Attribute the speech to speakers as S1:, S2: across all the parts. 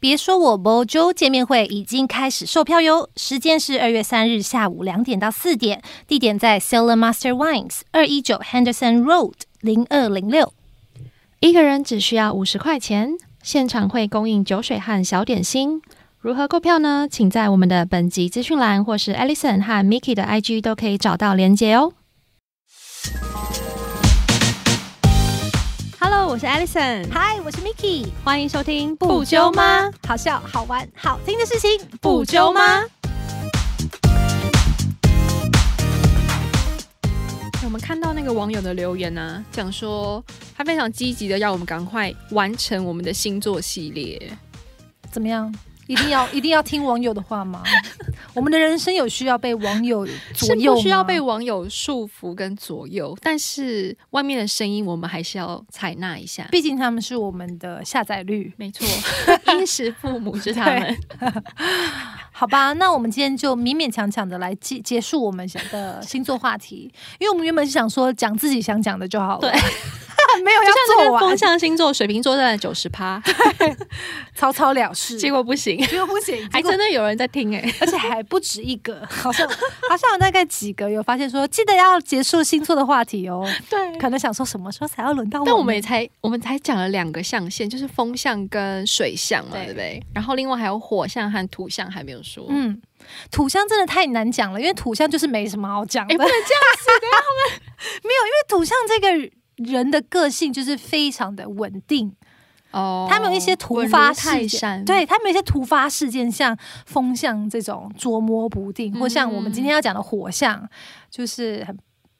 S1: 别说我某周见面会已经开始售票哟，时间是二月三日下午两点到四点，地点在 Cellar Master Wines 二一九 Henderson Road 零二零六。
S2: 一个人只需要五十块钱，现场会供应酒水和小点心。如何购票呢？请在我们的本集资讯栏或是 Alison 和 Mickey 的 IG 都可以找到连结哦。Hello，我是 Alison，
S1: 嗨，我是 Miki，
S2: 欢迎收听？？
S1: 好笑、好玩、好听的事情
S2: 不揪吗？？我们看到那个网友的留言呢、讲说他非常积极的要我们赶快完成我们的星座系列。
S1: 怎么样？一定要 一定要听网友的话 吗？我们的人生有需要被网友左
S2: 是
S1: 右
S2: 不
S1: 吗
S2: 需要被网友束缚跟左右，但是外面的声音我们还是要采纳一下。
S1: 毕竟他们是我们的下载率。
S2: 没错， 衣食父母是他们。
S1: 好吧，那我们今天就勉勉强强的来结结束我们的星座话题， 因为我们原本是想说讲自己想讲的就好了，
S2: 对，
S1: 没有
S2: 就像那
S1: 要
S2: 个
S1: 做
S2: 风
S1: 完，
S2: 象星座，水瓶座占了九十 趴，
S1: 草草了事，
S2: 结果不行，
S1: 结果不行，
S2: 还
S1: 结果
S2: 真的有人在听哎、
S1: 而且还不止一个，好像好像有大概几个有发现说，记得要结束星座的话题 哦，
S2: 对。
S1: 可能想说什么时候才要轮到我们，
S2: 但我们也才我们才讲了两个象限，就是风象跟水象嘛，
S1: 对
S2: 对不对？然后另外还有火象和土象还没有说。嗯，
S1: 嗯，土象真的太难讲了，因为土象就是没什么好讲的。
S2: 哎不能
S1: 这样子，没有，因为 土象这个人的个性就是非常的稳定，
S2: 哦
S1: 他们有一些突
S2: 稳
S1: 发
S2: 如泰
S1: 事件，
S2: 山，
S1: 对他们有一些突发事件，像风象这种捉摸不定，或像我们
S2: 嗯
S1: 今天要讲的火象，就是很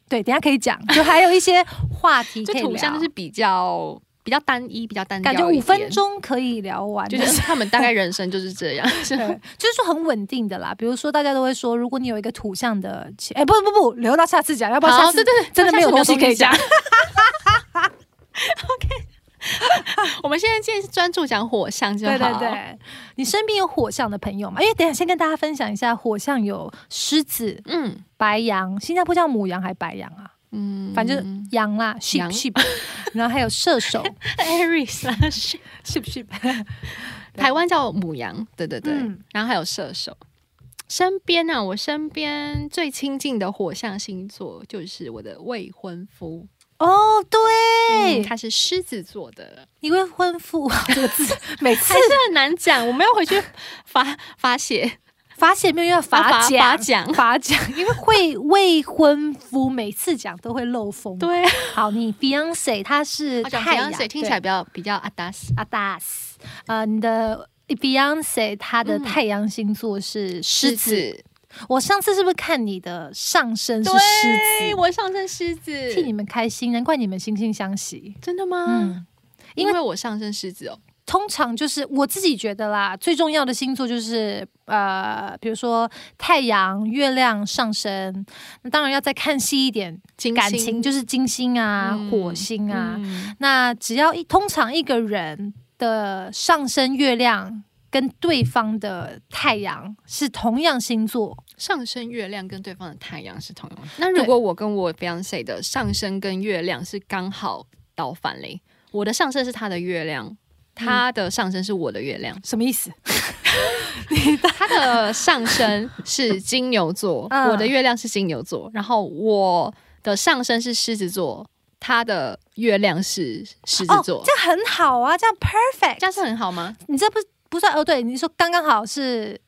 S1: 对，等一下可以讲，就还有一些话题
S2: 就
S1: 可以
S2: 土象
S1: 聊
S2: 就。是比较比较单一，比较单调
S1: 感觉
S2: 一
S1: 五分
S2: 点，
S1: 钟可以聊完，
S2: 就是他们大概人生就是这样， 是
S1: 对，就是说很稳定的啦。比如说，大家都会说，如果你有一个土象的情，哎、不不不，留到下次讲，要不然下
S2: 好，
S1: 次
S2: 对对，对
S1: 真的没有东
S2: 下
S1: 西
S2: 次
S1: 可以讲。
S2: OK，我们现在现在专注讲火象就好。
S1: 对对，对，你身边有火象的朋友吗？因为等一下先跟大家分享一下，火象有狮子、
S2: 嗯
S1: 白羊，新加坡叫母羊还是白羊啊？
S2: 嗯
S1: 反正羊啦，sheep
S2: 羊
S1: sheep，然后还有射 手
S2: Aries
S1: 啊
S2: 啦是
S1: sheep sheep，对
S2: 台湾叫母羊，对对对，
S1: 嗯
S2: 然后还有射手。身边呢、啊，我身边最亲近的火象星座就是我的未婚夫，
S1: 哦，
S2: 嗯
S1: 对，
S2: 他是狮子座的，
S1: 你未婚夫这个字， 每次
S2: 还是很难讲，我们要回去罚罚写
S1: 罚写没有要罚
S2: 罚
S1: 奖
S2: 罚。讲，
S1: 罚奖，因为会未婚夫每次讲都会漏风。
S2: 对啊，
S1: 好，你 Beyonce 她是
S2: 我讲
S1: 嗯太阳，
S2: Beyonce 听起
S1: 对
S2: 来比较比较阿达斯，
S1: Adas，呃，你的 Beyonce 她的
S2: 嗯
S1: 太阳星座是狮子。
S2: 子
S1: 我上次是不是看你的上身是
S2: 对，
S1: 狮子？
S2: 我上身狮子，
S1: 替你们开心，难怪你们惺惺相惜。
S2: 真的吗？
S1: 嗯，因
S2: 因
S1: 为
S2: 为我上身狮子哦，
S1: 通常就是我自己觉得啦，最重要的星座就是呃，比如说太阳、月亮、上升，那当然要再看细一点，
S2: 金
S1: 感情就是金星啊、
S2: 嗯
S1: 火星啊。
S2: 嗯
S1: 那只要一通常一个人的上升月亮跟对方的太阳是同样星座，
S2: 上升月亮跟对方的太阳是同样的。那如果我跟我 fiance 的上升跟月亮是刚好倒反嘞，我的上升是他的月
S1: 嗯
S2: 亮，他的上升是我的月 亮，
S1: 什么意思？
S2: 他的上升是金牛座，
S1: 嗯
S2: 我的月亮是金牛座，然后我的上升是狮子座，他的月亮是狮子座，
S1: 哦这样很好啊，这样 perfect。
S2: 这样是很好吗？
S1: 你这不不算哦？对，你说刚刚好是，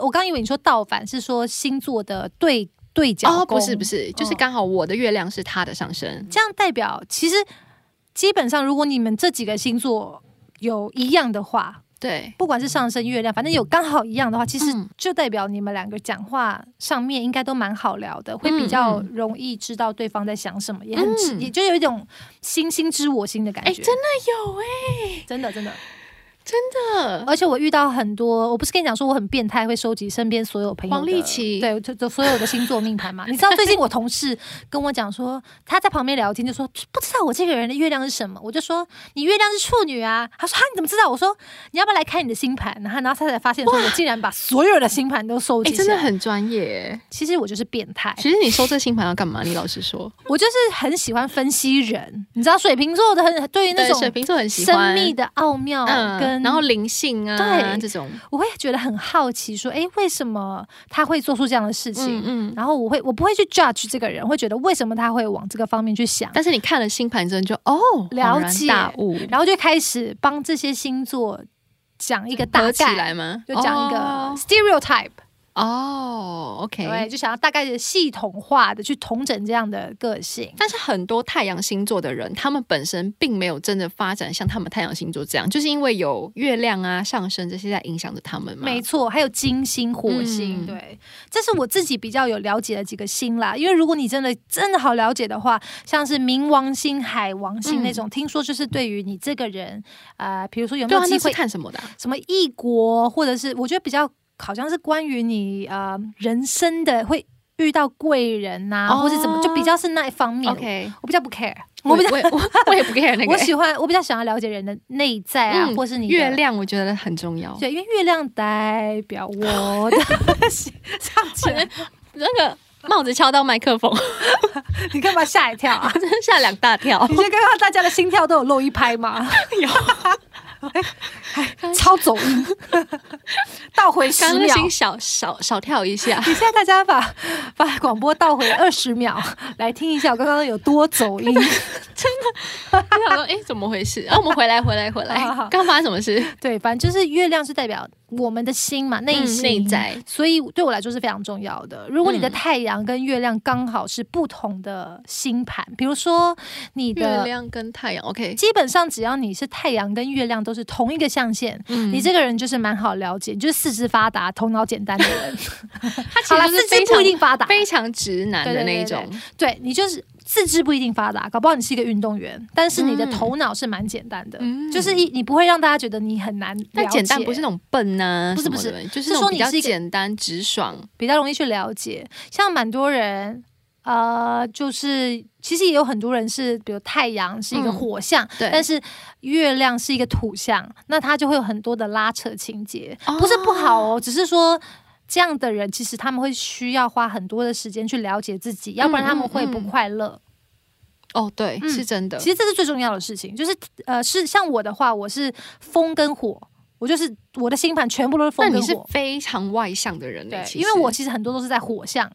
S1: 我刚以为你说倒反是说星座的对对角
S2: 哦，
S1: 宫
S2: 不是不，是，就是
S1: 嗯
S2: 刚好我的月亮是他的上升，
S1: 这样代表其实基本上如果你们这几个星座有一样的话，
S2: 对，
S1: 不管是上升月亮，反正有刚好一样的话，其实
S2: 嗯
S1: 就代表你们两个讲话上面应该都蛮好聊的，会比
S2: 嗯
S1: 较
S2: 嗯
S1: 容易知道对方在想什么，也很知
S2: 嗯
S1: 也就有一种星星知我心的感觉。
S2: 哎，真的有哎、
S1: 真的真的，
S2: 真的。
S1: 而且我遇到很多，我不是跟你讲说我很变态，会收集身边所有朋友的
S2: 黄立奇
S1: 对，就就所有的星座命盘嘛。你知道最近我同事跟我讲说，他在旁边聊天就说不知道我这个人的月亮是什么，我就说你月亮是处女啊，他说哈你怎么知道？我说你要不要来看你的星盘？然后然后他才发现说我竟然把所有的星盘都收集
S2: 哎、
S1: 起
S2: 真的
S1: 来，
S2: 很专业耶。
S1: 其实我就是变态。
S2: 其实你收这星盘要干嘛？你老实说，
S1: 我就是很喜欢分析人，你知道水瓶座的很对于那
S2: 对水
S1: 种
S2: 瓶座很喜
S1: 生
S2: 欢
S1: 命的奥妙
S2: 嗯
S1: 跟生，
S2: 然后灵性啊
S1: 对
S2: 这种，
S1: 我会觉得很好奇，说，诶，为什么他会做出这样的事情？
S2: 嗯嗯。
S1: 然后我会，我不会去 judge 这个人，会觉得为什么他会往这个方面去想，
S2: 但是你看了星盘之后，你就哦，
S1: 了
S2: 恍然
S1: 解
S2: 大悟，
S1: 然后就开始帮这些星座讲一个大
S2: 合起
S1: 概，
S2: 来吗？
S1: 就讲一个
S2: 哦
S1: stereotype，、
S2: 哦，OK、o
S1: 对，
S2: k
S1: 就想要大概的系统化的去统整这样的个性。
S2: 但是很多太阳星座的人，他们本身并没有真的发展像他们太阳星座这样，就是因为有月亮啊、上升这些在影响着他们嘛。
S1: 没错，还有金星、火星，
S2: 嗯
S1: 对，这是我自己比较有了解的几个星啦。因为如果你真的真的好了解的话，像是冥王星、海王星
S2: 嗯
S1: 那种，听说就是对于你这个人，呃，比如说有没
S2: 对
S1: 有
S2: 啊，
S1: 机
S2: 那是
S1: 会、
S2: 看什么的啊、
S1: 什么异国，或者是我觉得比较好像是关于你呃人生的会遇到贵人呐、
S2: 哦
S1: 或是怎么，就比较是那一方面。
S2: OK，
S1: 我比较不 care，
S2: 我
S1: 我比较
S2: 我也我我也不 care 那个、
S1: 我喜欢，我比较想要了解人的内在啊，
S2: 嗯
S1: 或是你的
S2: 月。亮，我觉得很重要。
S1: 对，因为月亮代表我的 唱起来，
S2: 那个帽子敲到麦克风，
S1: 你干嘛吓一跳啊？
S2: 真的吓两大 跳
S1: 你。先看看大家的心跳都有漏一拍 吗？有，超走音， 倒回十
S2: 刚刚
S1: 秒。
S2: 心小小小跳一下，
S1: 你现在大家把把广播倒回二十秒来听一下，我刚刚有多走音。
S2: 我想说，哎、怎么回事？然、后我们回来，回来，回来
S1: 好好，
S2: 刚发生什么事？
S1: 对，反正就是月亮是代表我们的心嘛，内心、
S2: 嗯内在，
S1: 所以对我来说是非常重要的。如果你的
S2: 嗯
S1: 太阳跟月亮刚好是不同的星盘，比如说你
S2: 月
S1: 的
S2: 亮跟太阳，OK，
S1: 基本上只要你是太阳跟月亮都是同一个象限，
S2: 嗯
S1: 你这个人就是蛮好了解，你就是四肢发达、头脑简单的人。
S2: 他其
S1: 好啦，
S2: 实就
S1: 四
S2: 是
S1: 肢
S2: 非
S1: 不
S2: 常
S1: 一定发达，
S2: 非常直男的那
S1: 对
S2: 一种
S1: 对，对你就是四肢不一定发达，搞不好你是一个运动员，但是你的
S2: 嗯
S1: 头脑是蛮简单的，
S2: 嗯
S1: 就是一你不会让大家觉得你很难了解，
S2: 但简单不是那种笨呐、
S1: 不是
S2: 什么
S1: 不是
S2: 的，就是
S1: 是
S2: 那
S1: 说
S2: 种比
S1: 你
S2: 较
S1: 是一个
S2: 简单直爽。
S1: 比较容易去了解。像蛮多人，呃，就是其实也有很多人是，比如太阳是一个
S2: 嗯
S1: 火象，
S2: 对
S1: 但是月亮是一个土象，那它就会有很多的拉扯情节，
S2: 哦
S1: 不是不好哦，只是说。这样的人其实他们会需要花很多的时间去了解自己，要不然他们会不
S2: 嗯嗯
S1: 快乐。
S2: 哦，对，
S1: 嗯
S2: 是真的。
S1: 其实这是最重要的事情，就是呃，是像我的话，我是风跟火，我就是我的星盘全部都是
S2: 那
S1: 风
S2: 你
S1: 跟
S2: 是
S1: 火，
S2: 非常外向的人呢、欸
S1: 对，
S2: 其
S1: 因
S2: 实
S1: 为我其实很多都是在火象，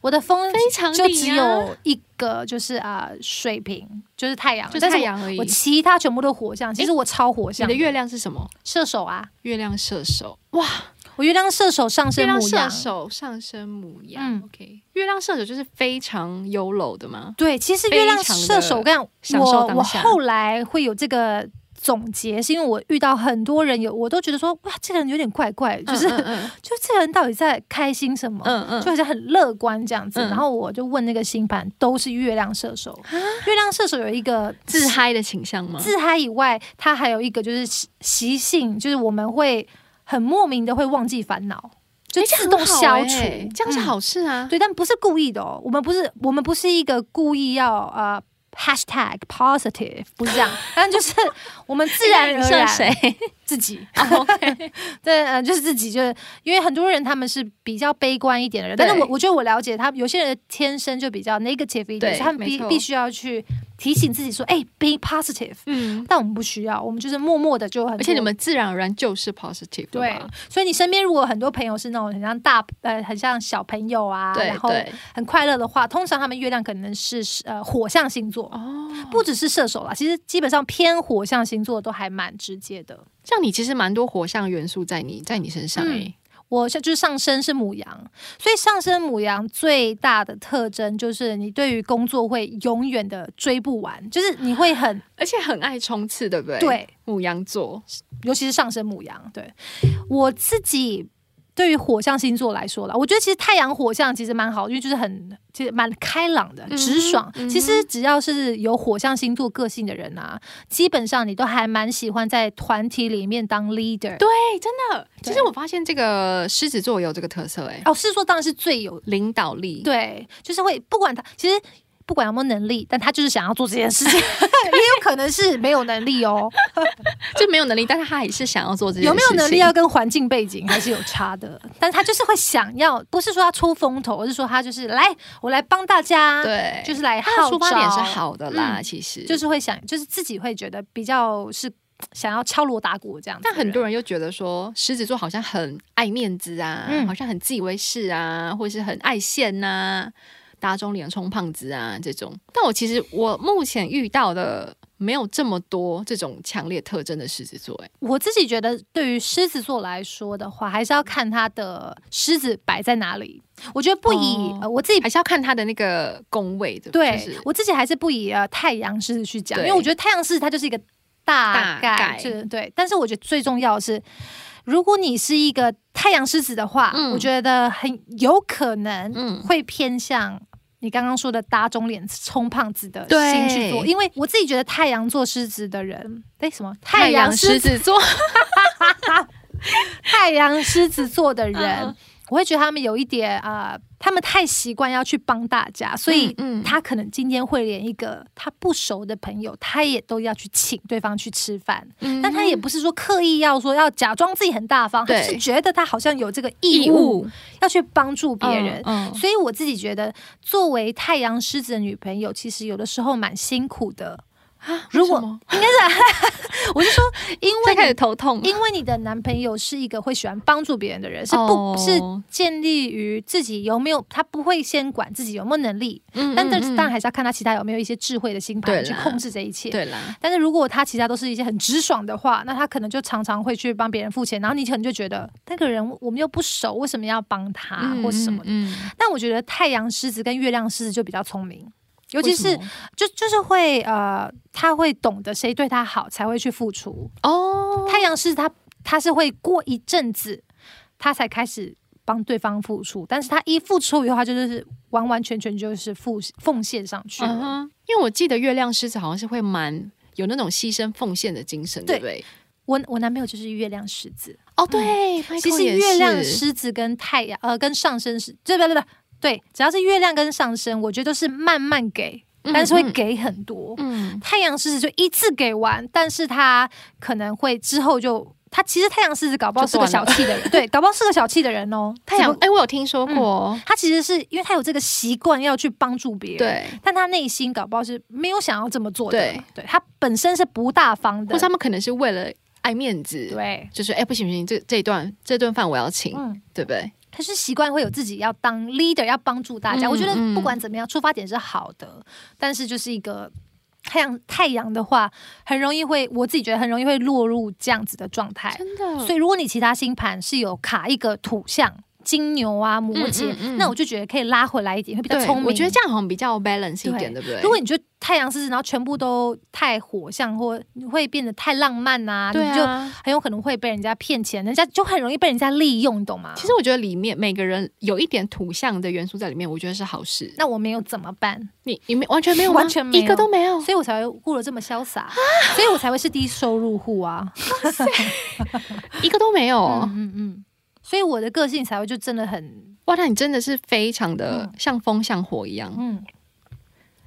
S1: 我的风
S2: 非常
S1: 就
S2: 你
S1: 只
S2: 啊
S1: 有一个，就是啊、呃水瓶，就是太阳，
S2: 就
S1: 但是
S2: 太
S1: 我
S2: 阳而已
S1: 我。其他全部都火象，其实我超火
S2: 你
S1: 象
S2: 的，月亮是什么？
S1: 射手啊，
S2: 月亮射手哇，
S1: 我月亮射手上
S2: 月
S1: 升
S2: 亮
S1: 母
S2: 射
S1: 羊，
S2: 手上升母羊、
S1: 嗯
S2: o k 月亮射手就是非常优柔的嘛。
S1: 对，其实
S2: 非
S1: 月亮
S2: 常
S1: 射手，
S2: 地
S1: 我跟你讲，
S2: 享受
S1: 我
S2: 当
S1: 我
S2: 下
S1: 后来会有这个总结，是因为我遇到很多人有，我都觉得说哇，这个人有点怪怪，就是、
S2: 嗯嗯
S1: 就这个人到底在开心什么？
S2: 嗯嗯
S1: 就好像很乐观这样子，
S2: 嗯啊
S1: 然后我就问那个星盘，都是月亮射手。月亮射手有一个
S2: 自嗨的倾向吗？
S1: 自嗨以外，它还有一个就是习习性，就是我们会很莫名的会忘记烦恼，就
S2: 诶这
S1: 自
S2: 很
S1: 动
S2: 好
S1: 消除，
S2: 欸这样是
S1: 嗯
S2: 好事啊。
S1: 对，但不是故意的哦，我们不是我们不是一个故意要呃 hashtag positive，不是这样，但就是我们自 然而
S2: 射
S1: 然 哦
S2: 谁
S1: 自己，
S2: ？OK，
S1: 对，呃，就是自己，就是因为很多人他们是比较悲观一点的人，但是
S2: 对
S1: 我我觉得我了解他们，有些人天生就比较 negative 一点，
S2: 对
S1: 所以他们必
S2: 没错
S1: 必须要去提醒自己说，哎、b e positive，
S2: 嗯，
S1: 但我们不需要，我们就是默默的就很，
S2: 而且你。们自然而然就是 positive 的
S1: 对
S2: 嘛，
S1: 所以你身边如果有很多朋友是那种很像大呃很像小朋友啊，然后
S2: 对对
S1: 很快乐的话，通常他们月亮可能是呃火象星座，
S2: 哦。
S1: 不只是射手啦，其实基本上偏火象星座都还蛮直接的。
S2: 像你其实蛮多火象元素在你在你身上欸
S1: 嗯
S2: 诶、
S1: 我像就是上升是母羊，所以上升母羊最大的特征就是你对于工作会永远的追不完，就是你会很
S2: 而且很爱冲刺，对不对？，
S1: 对，
S2: 母羊座
S1: 尤其是上升母羊。对我自己对于火象星座来说啦，我觉得其实太阳火象其实蛮好，因为就是很其实蛮开朗的、
S2: 嗯哼
S1: 直爽。
S2: 嗯哼
S1: 其实只要是有火象星座个性的人啊，基本上你都还蛮喜欢在团体里面当 leader。
S2: 对，真的。
S1: 对
S2: 其实我发现这个狮子座有这个特色、诶，
S1: 哦，狮子座当然是最有
S2: 领导力。，
S1: 对，就是会不管他其实。不管有没有能力，但他就是想要做这件事 情，也有可能是没有能力哦。
S2: 就没有能力，但是他还是想要做这件事情。
S1: 有没有能力要跟环境背景还是有差的，但他就是会想要，不是说他出风头，而是说他就是来，我来帮大家，，
S2: 对，
S1: 就是来
S2: 他
S1: 号
S2: 的出发点是
S1: 召，
S2: 好的啦，
S1: 嗯
S2: 其实
S1: 就是会想，就是自己会觉得比较是想要敲锣打鼓这样子的
S2: 但
S1: 人。
S2: 很多人又觉得说，狮子座好像很爱面子啊，
S1: 嗯
S2: 好像很自以为是啊，或是很爱现呐、打肿脸充胖子啊这种。但我其实我目前遇到的没有这么多这种强烈特征的狮子座、欸，
S1: 我自己觉得，对于狮子座来说的话，还是要看他的狮子摆在哪里。我觉得不以、
S2: 哦
S1: 呃我自己
S2: 还是要看他的那个宫位的，
S1: 对、
S2: 就是
S1: 我自己还是不以呃太阳狮子去讲，因
S2: 对
S1: 为我觉得太阳狮子它就是一个大
S2: 大
S1: 概，
S2: 概
S1: 就是对。但是我觉得最重要的是，如果你是一个太阳狮子的话，
S2: 嗯
S1: 我觉得很有可
S2: 嗯
S1: 能会偏向。你刚刚说的打肿脸充胖子的
S2: 对
S1: 心去做，因为我自己觉得太阳座狮子的人，哎，什么
S2: 太阳狮子座，
S1: 太阳狮子座的人
S2: 嗯，
S1: 我会觉得他们有一点啊、呃他们太习惯要去帮大家，所以
S2: 嗯嗯
S1: 他可能今天会连一个他不熟的朋友，他也都要去请对方去吃饭，
S2: 嗯
S1: 但他也不是说刻意要说要假装自己很大方，他
S2: 对
S1: 就是觉得他好像有这个
S2: 义
S1: 义务
S2: 务
S1: 要去帮助别人。
S2: 嗯嗯
S1: 所以我自己觉得，作为太阳狮子的女朋友，其实有的时候蛮辛苦的。
S2: 啊
S1: 如果
S2: 为什么
S1: 我是说，因为
S2: 再
S1: 你
S2: 开始头痛了，
S1: 因为你的男朋友是一个会喜欢帮助别人的人，是不、
S2: 哦
S1: 是建立于自己有没有，他不会先管自己有没有能力，
S2: 嗯
S1: 但但
S2: 嗯嗯
S1: 当然还是要看他其他有没有一些智慧的星
S2: 对
S1: 盘
S2: 啦
S1: 去控制这一切。
S2: 对啦，
S1: 但是如果他其他都是一些很直爽的话，那他可能就常常会去帮别人付钱，然后你可能就觉得那个人我们又不熟，为什么要帮他、或什么的？
S2: 嗯，嗯嗯
S1: 但我觉得太阳狮子跟月亮狮子就比较聪明，尤其
S2: 为
S1: 是
S2: 什么
S1: 就就是会呃，他会懂得谁对他好才会去付出。
S2: 哦，
S1: 太阳是他，他是会过一阵子，他才开始帮对方付出，但是他一付出以后，他就是完完全全就是付奉献上去
S2: 嗯
S1: 了。
S2: 哼，因为我记得月亮狮子好像是会蛮有那种牺牲奉献的精神，对
S1: 对
S2: 不对？
S1: 我我男朋友就是月亮狮子，
S2: 哦，对，
S1: 其实月亮狮子跟太阳呃跟上升是，对不对？对，只要是月亮跟上升，我觉得都是慢慢给，但是会，给很多。
S2: 嗯
S1: 太阳狮子就一次给完，但是他可能会之后就他其实太阳狮子搞不好是个
S2: 就断
S1: 小
S2: 了
S1: 气的 人，对，搞不好是个小气的人哦。
S2: 太阳
S1: 只不，
S2: 哎，我有听说过，
S1: 他其实是因为他有这个习惯要去帮助别人，，
S2: 对，
S1: 但他内心搞不好是没有想要这么做的，
S2: 对，
S1: 他本身是不大方
S2: 或
S1: 的
S2: 是，他们可能是为了爱面子，
S1: 对，
S2: 就是哎，不行不行，这这一段这顿饭我要请，
S1: 嗯，
S2: 对不对？
S1: 他是习惯会有自己要当 leader，要帮助大家。
S2: 嗯
S1: 我觉得不管怎么样，出发点是好的，但是就是一个。太阳太阳的话，很容易会，我自己觉得很容易会落入这样子的状态。
S2: 真的
S1: 所以，如果你其他星盘是有卡一个土象，金牛啊、摩羯，
S2: 嗯嗯嗯
S1: 那我就觉得可以拉回来一点，会比较
S2: 对
S1: 聪，明。
S2: 我觉得这样好像比较 balance 一点，对不对？
S1: 如果你觉得太阳狮子，然后全部都太火象，或你会变得太浪漫呐、
S2: 对
S1: 你就
S2: 啊。
S1: 很有可能会被人家骗钱，人家就很容易被人家利用，你懂吗？
S2: 其实我觉得里面每个人有一点土象的元素在里面，我觉得是好事。
S1: 那我没有怎么办？
S2: 你你没完全没有吗，
S1: 完全没有
S2: 一个都没有，
S1: 所以我才会过得这么潇洒，所以我才会是低收入户啊。
S2: 一个都没有哦。
S1: 嗯嗯嗯，所以我的个性才会就真的很
S2: 哇，那你真的是非常的像风像火一样，
S1: 嗯，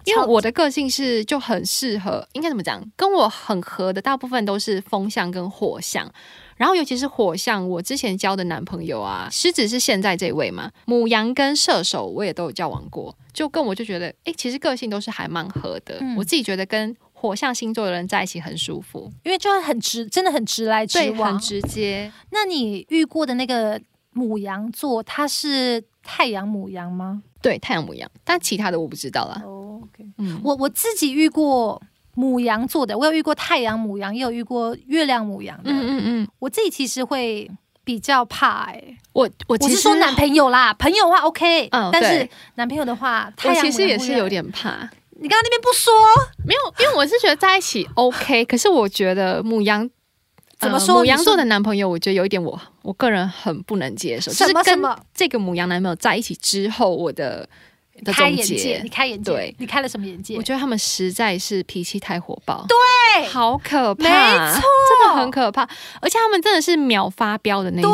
S2: 因为我的个性是就很适合，应该怎么讲？跟我很合的大部分都是风象跟火象，然后尤其是火象，我之前交的男朋友啊，狮子是现在这位嘛，母羊跟射手我也都有交往过，就跟我就觉得，诶，其实个性都是还蛮合的，
S1: 嗯
S2: 我自己觉得跟火象星座的人在一起很舒服，
S1: 因为就是很直，真的很直来直
S2: 对，
S1: 往
S2: 很。直接。
S1: 那你遇过的那个母羊座，它是太阳母羊吗？
S2: 对太阳母羊，但其他的我不知道啦。
S1: 哦，OK、
S2: 嗯，
S1: 我我自己遇过母羊座的，我有遇过太阳母羊，也有遇过月亮母羊的。
S2: 嗯嗯嗯，
S1: 我自己其实会比较怕、欸，
S2: 我我
S1: 我
S2: 呃其
S1: 是
S2: 实
S1: 说男朋友 啦，朋友的话 OK，、
S2: 嗯
S1: 但是
S2: 对
S1: 男朋友的话，太
S2: 我
S1: 阳
S2: 其
S1: 母
S2: 实
S1: 羊
S2: 也
S1: 会
S2: 是有，点怕，
S1: 你刚刚那边不说，
S2: 没有，因为我是觉得在一起 OK，可是我觉得母羊
S1: 怎么
S2: 呃
S1: 说
S2: 母羊
S1: 你
S2: 座
S1: 说
S2: 的男朋友，我觉得有一点我我个人很不能接受，
S1: 什么
S2: 就是
S1: 什
S2: 跟
S1: 么
S2: 这个母羊男朋友在一起之后，我的的
S1: 开
S2: 总
S1: 眼界，
S2: 结
S1: 你，开眼界
S2: 对，
S1: 你开了什么眼界
S2: 我？觉得他们实在是脾气太火爆，
S1: 对
S2: 好可怕，
S1: 没错
S2: 真的很可怕，而且他们真的是秒发飙的那一种，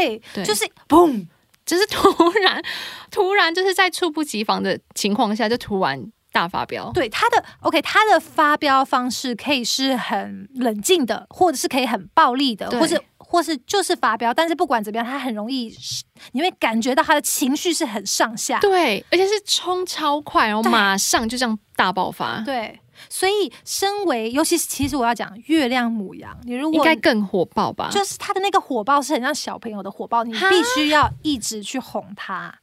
S1: 对，
S2: 对，
S1: 就是嘣，
S2: 就是突然突然就是在猝不及防的情况下，就突然大发飙，
S1: 对他的 OK，他的发飙方式可以是很冷静的，或者是可以很暴力的，
S2: 对
S1: 或是或是就是发飙，但是不管怎么样，他很容易是，你会感觉到他的情绪是很上下。
S2: 对，而且是冲超快，然后
S1: 啊对
S2: 马上就这样大爆发。
S1: 对所以身为，尤其是其实我要讲月亮母羊，你如
S2: 应
S1: 果
S2: 该更火爆吧？
S1: 就是他的那个火爆是很像小朋友的火爆，你
S2: 啊哈
S1: 必须要一直去哄他。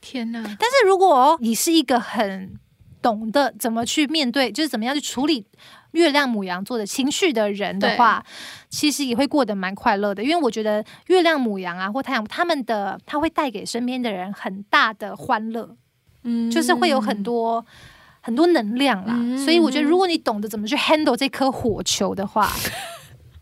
S2: 天哪，
S1: 但是如果你是一个很懂得怎么去面对，就是怎么样去处理月亮母羊座的情绪的人的话，其实也会过得蛮快乐的。因为我觉得月亮母羊啊，或太阳，他们的他会带给身边的人很大的欢乐，
S2: 嗯
S1: 就是会有很多。很多能量啦，
S2: 嗯
S1: 所以我觉得，如果你懂得怎么去 handle 这颗火球的话，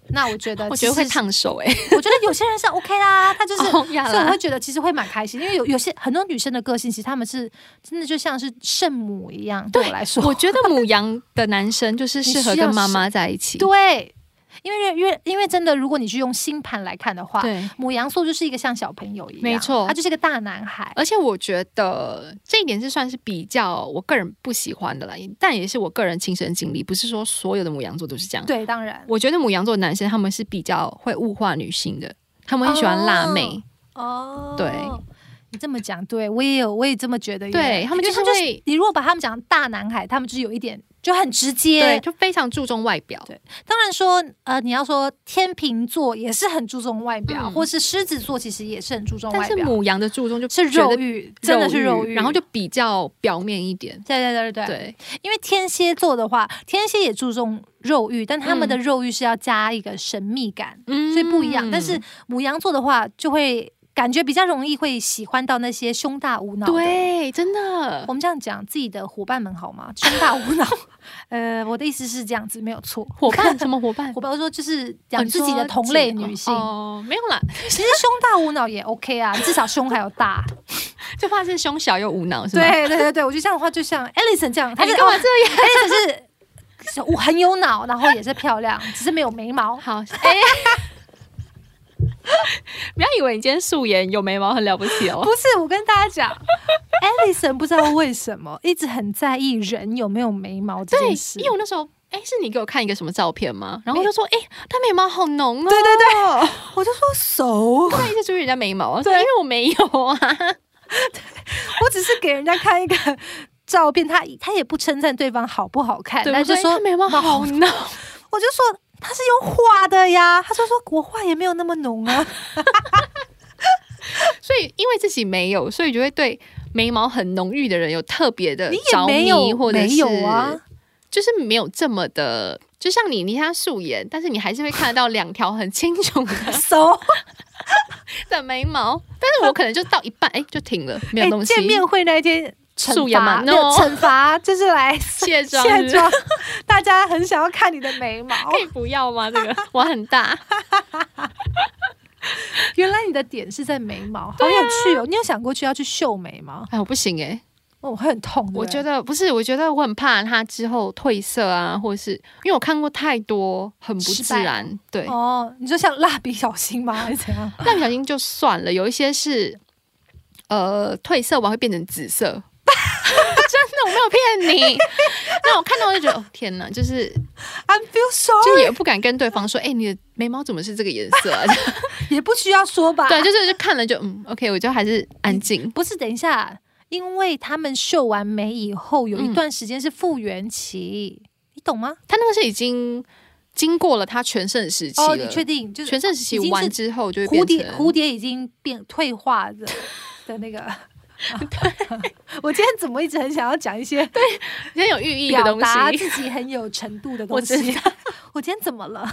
S1: 那我觉得
S2: 我
S1: 其
S2: 觉
S1: 实
S2: 得会
S1: 是
S2: 烫手哎、
S1: 我觉得有些人是 OK 啦，他就是，
S2: 哦
S1: 所以
S2: 呀啦
S1: 我会觉得其实会蛮开心，因为有有些很多女生的个性，其实她们是真的就像是圣母一样，对我来说，
S2: 我觉得母羊的男生就是适合跟妈妈在一起，
S1: 对，因为因为因为真的，如果你去用星盘来看的话，
S2: 对。
S1: 母羊座就是一个像小朋友一样，
S2: 没错
S1: 他就是个大男孩，
S2: 而且我觉得这一点是算是比较我个人不喜欢的啦，但也是我个人亲身经历，不是说所有的母羊座都是这样。
S1: 对，当然，
S2: 我觉得母羊座的男生他们是比较会物化女性的，他们很喜欢辣妹，
S1: 哦
S2: 对。
S1: 你这么讲，对我也有，我也这么觉得耶。
S2: 对他们就是
S1: 因为他
S2: 会
S1: 你如果把他们讲大男孩，他们就是有一点就很直接，
S2: 对，就非常注重外表。
S1: 当然说，呃，你要说天秤座也是很注重外表，
S2: 嗯
S1: 或是狮子座其实也是很注重
S2: 但
S1: 外
S2: 是
S1: 表，
S2: 母羊的注重就是觉
S1: 肉
S2: 得
S1: 欲，真的是肉欲，
S2: 然后就比较表面一点。
S1: 对对对对对，
S2: 对，
S1: 因为天蝎座的话，天蝎也注重肉欲，但他们
S2: 嗯
S1: 的肉欲是要加一个神秘感，
S2: 嗯
S1: 所以不一样。但是母羊座的话，就会感觉比较容易会喜欢到那些胸大无脑的。
S2: 对，真的
S1: 我们这样讲自己的伙伴们好吗？ 胸大无脑，呃，我的意思是这样子，没有错。
S2: 伙伴什么伙伴？
S1: 伙伴说就是讲
S2: 哦你
S1: 自己
S2: 说
S1: 的同类
S2: 自己
S1: 女性，
S2: 哦，没有啦，
S1: 其实胸大无脑也 OK 啊，至少胸还有大。
S2: 就怕是胸小又无脑是吗？
S1: 对对对对，我觉得这样的话，就像 Alison 这样，她
S2: 哎，你
S1: 是
S2: 干嘛
S1: 哦
S2: 这样？
S1: ，Alison 是我很有脑，然后也是漂亮，只是没有眉毛。
S2: 好，哎， 不要以为你今天素颜有眉毛很了不起哦
S1: 不。是，我跟大家讲，Alison 不知道为什么一直很在意人有没有眉毛这
S2: 对
S1: 件事，。
S2: 因为我那时候，哎，是你给我看一个什么照片吗？然后我就说，哎，她眉毛好浓哦。
S1: 对对对，我就说熟，
S2: 他一直注意人家眉毛 啊，
S1: 对
S2: 因为我没有啊。
S1: 我只是给人家看一个照片，他他也不称赞对方好不好看，
S2: 我
S1: 但就
S2: 哎
S1: 说
S2: 她眉毛好浓，
S1: 我就说他是有画的呀，他说说我画也没有那么浓啊，
S2: 所以因为自己没有，所以就会对眉毛很浓郁的人有特别的
S1: 你也
S2: 着
S1: 没
S2: 迷，
S1: 有
S2: 或者是
S1: 没有 啊，
S2: 就是没有这么的。就像你，你看她素颜，但是你还是会看得到两条很清楚 的
S1: 熟
S2: 的眉毛，但是我可能就到一半，哎、就停了， 没有
S1: 哎
S2: 东西。
S1: 见面会那一天。
S2: 素
S1: 惩
S2: 颜嘛
S1: 罚，没有
S2: No
S1: 惩罚，就是 来
S2: 卸妆是
S1: 卸
S2: 不是
S1: 妆。大家很想要看你的眉毛，
S2: 可以不要吗？这 个我很大，
S1: 原来你的点是在眉毛，
S2: 啊
S1: 好有趣哦！你有想过去要去秀眉吗？
S2: 哎，我不行哎、
S1: 哦，会很痛。
S2: 我觉
S1: 得
S2: 得不是，我觉得我很怕它之后褪色啊，或是因为我看过太多很不
S1: 失
S2: 自
S1: 败
S2: 然，对，
S1: 哦，你说像蜡笔小新 吗？还是怎样？
S2: 蜡笔小新就算了，有一些是呃褪色完会变成紫色， 真的我没有骗你。那我看到我就觉得，哦天哪，就是
S1: ？I feel
S2: 就
S1: sorry，
S2: 也不敢跟对方说，哎、你的眉毛怎么是这个颜色、啊？
S1: 也不需要说吧。
S2: 对，啊就是就看了就嗯，OK，我就还是安静。
S1: 不是，等一下，因为他们秀完眉以后，有一
S2: 嗯
S1: 段时间是复原期，你懂吗？
S2: 他那个是已经经过了他全盛时期了，
S1: 哦，你确定？就是
S2: 全盛时期
S1: 已经是
S2: 完之后就会变
S1: 蝴
S2: 成
S1: 蝶蝴蝶已经变退化 的的那个。 我今天怎么一直很想要讲一些
S2: 很有寓意的
S1: 表
S2: 东
S1: 达
S2: 西。
S1: 自己很有程度的
S2: 我
S1: 东
S2: 知
S1: 西？
S2: 道，
S1: 我今天怎么了？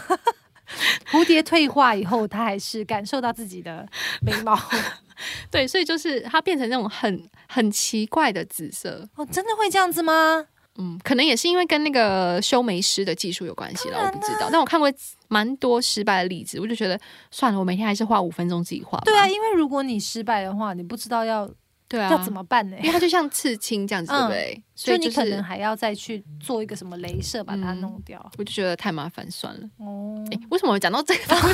S1: 蝴蝶退化以后，它还是感受到自己的眉毛
S2: 对，所以就是它变成那种很很奇怪的紫色，
S1: 哦，真的会这样子吗？
S2: 嗯，可能也是因为跟那个修眉师的技术有关系了，
S1: 当
S2: 我
S1: 然
S2: 不知道。但我看过蛮多失败的例子，我就觉得算了，我每天还是花五分钟自己画吧。
S1: 对啊，因为如果你失败的话，你不知道要
S2: 对啊，
S1: 要怎？么办呢？
S2: 因为它就像刺青这样子，对不对？所
S1: 就
S2: 以
S1: 你
S2: 就
S1: 可能
S2: 是
S1: 还要再去做一个什么镭射把它
S2: 嗯
S1: 弄掉。
S2: 我就觉得太麻烦，算了。
S1: 哦，
S2: 哎，为什么我讲到这个 东西？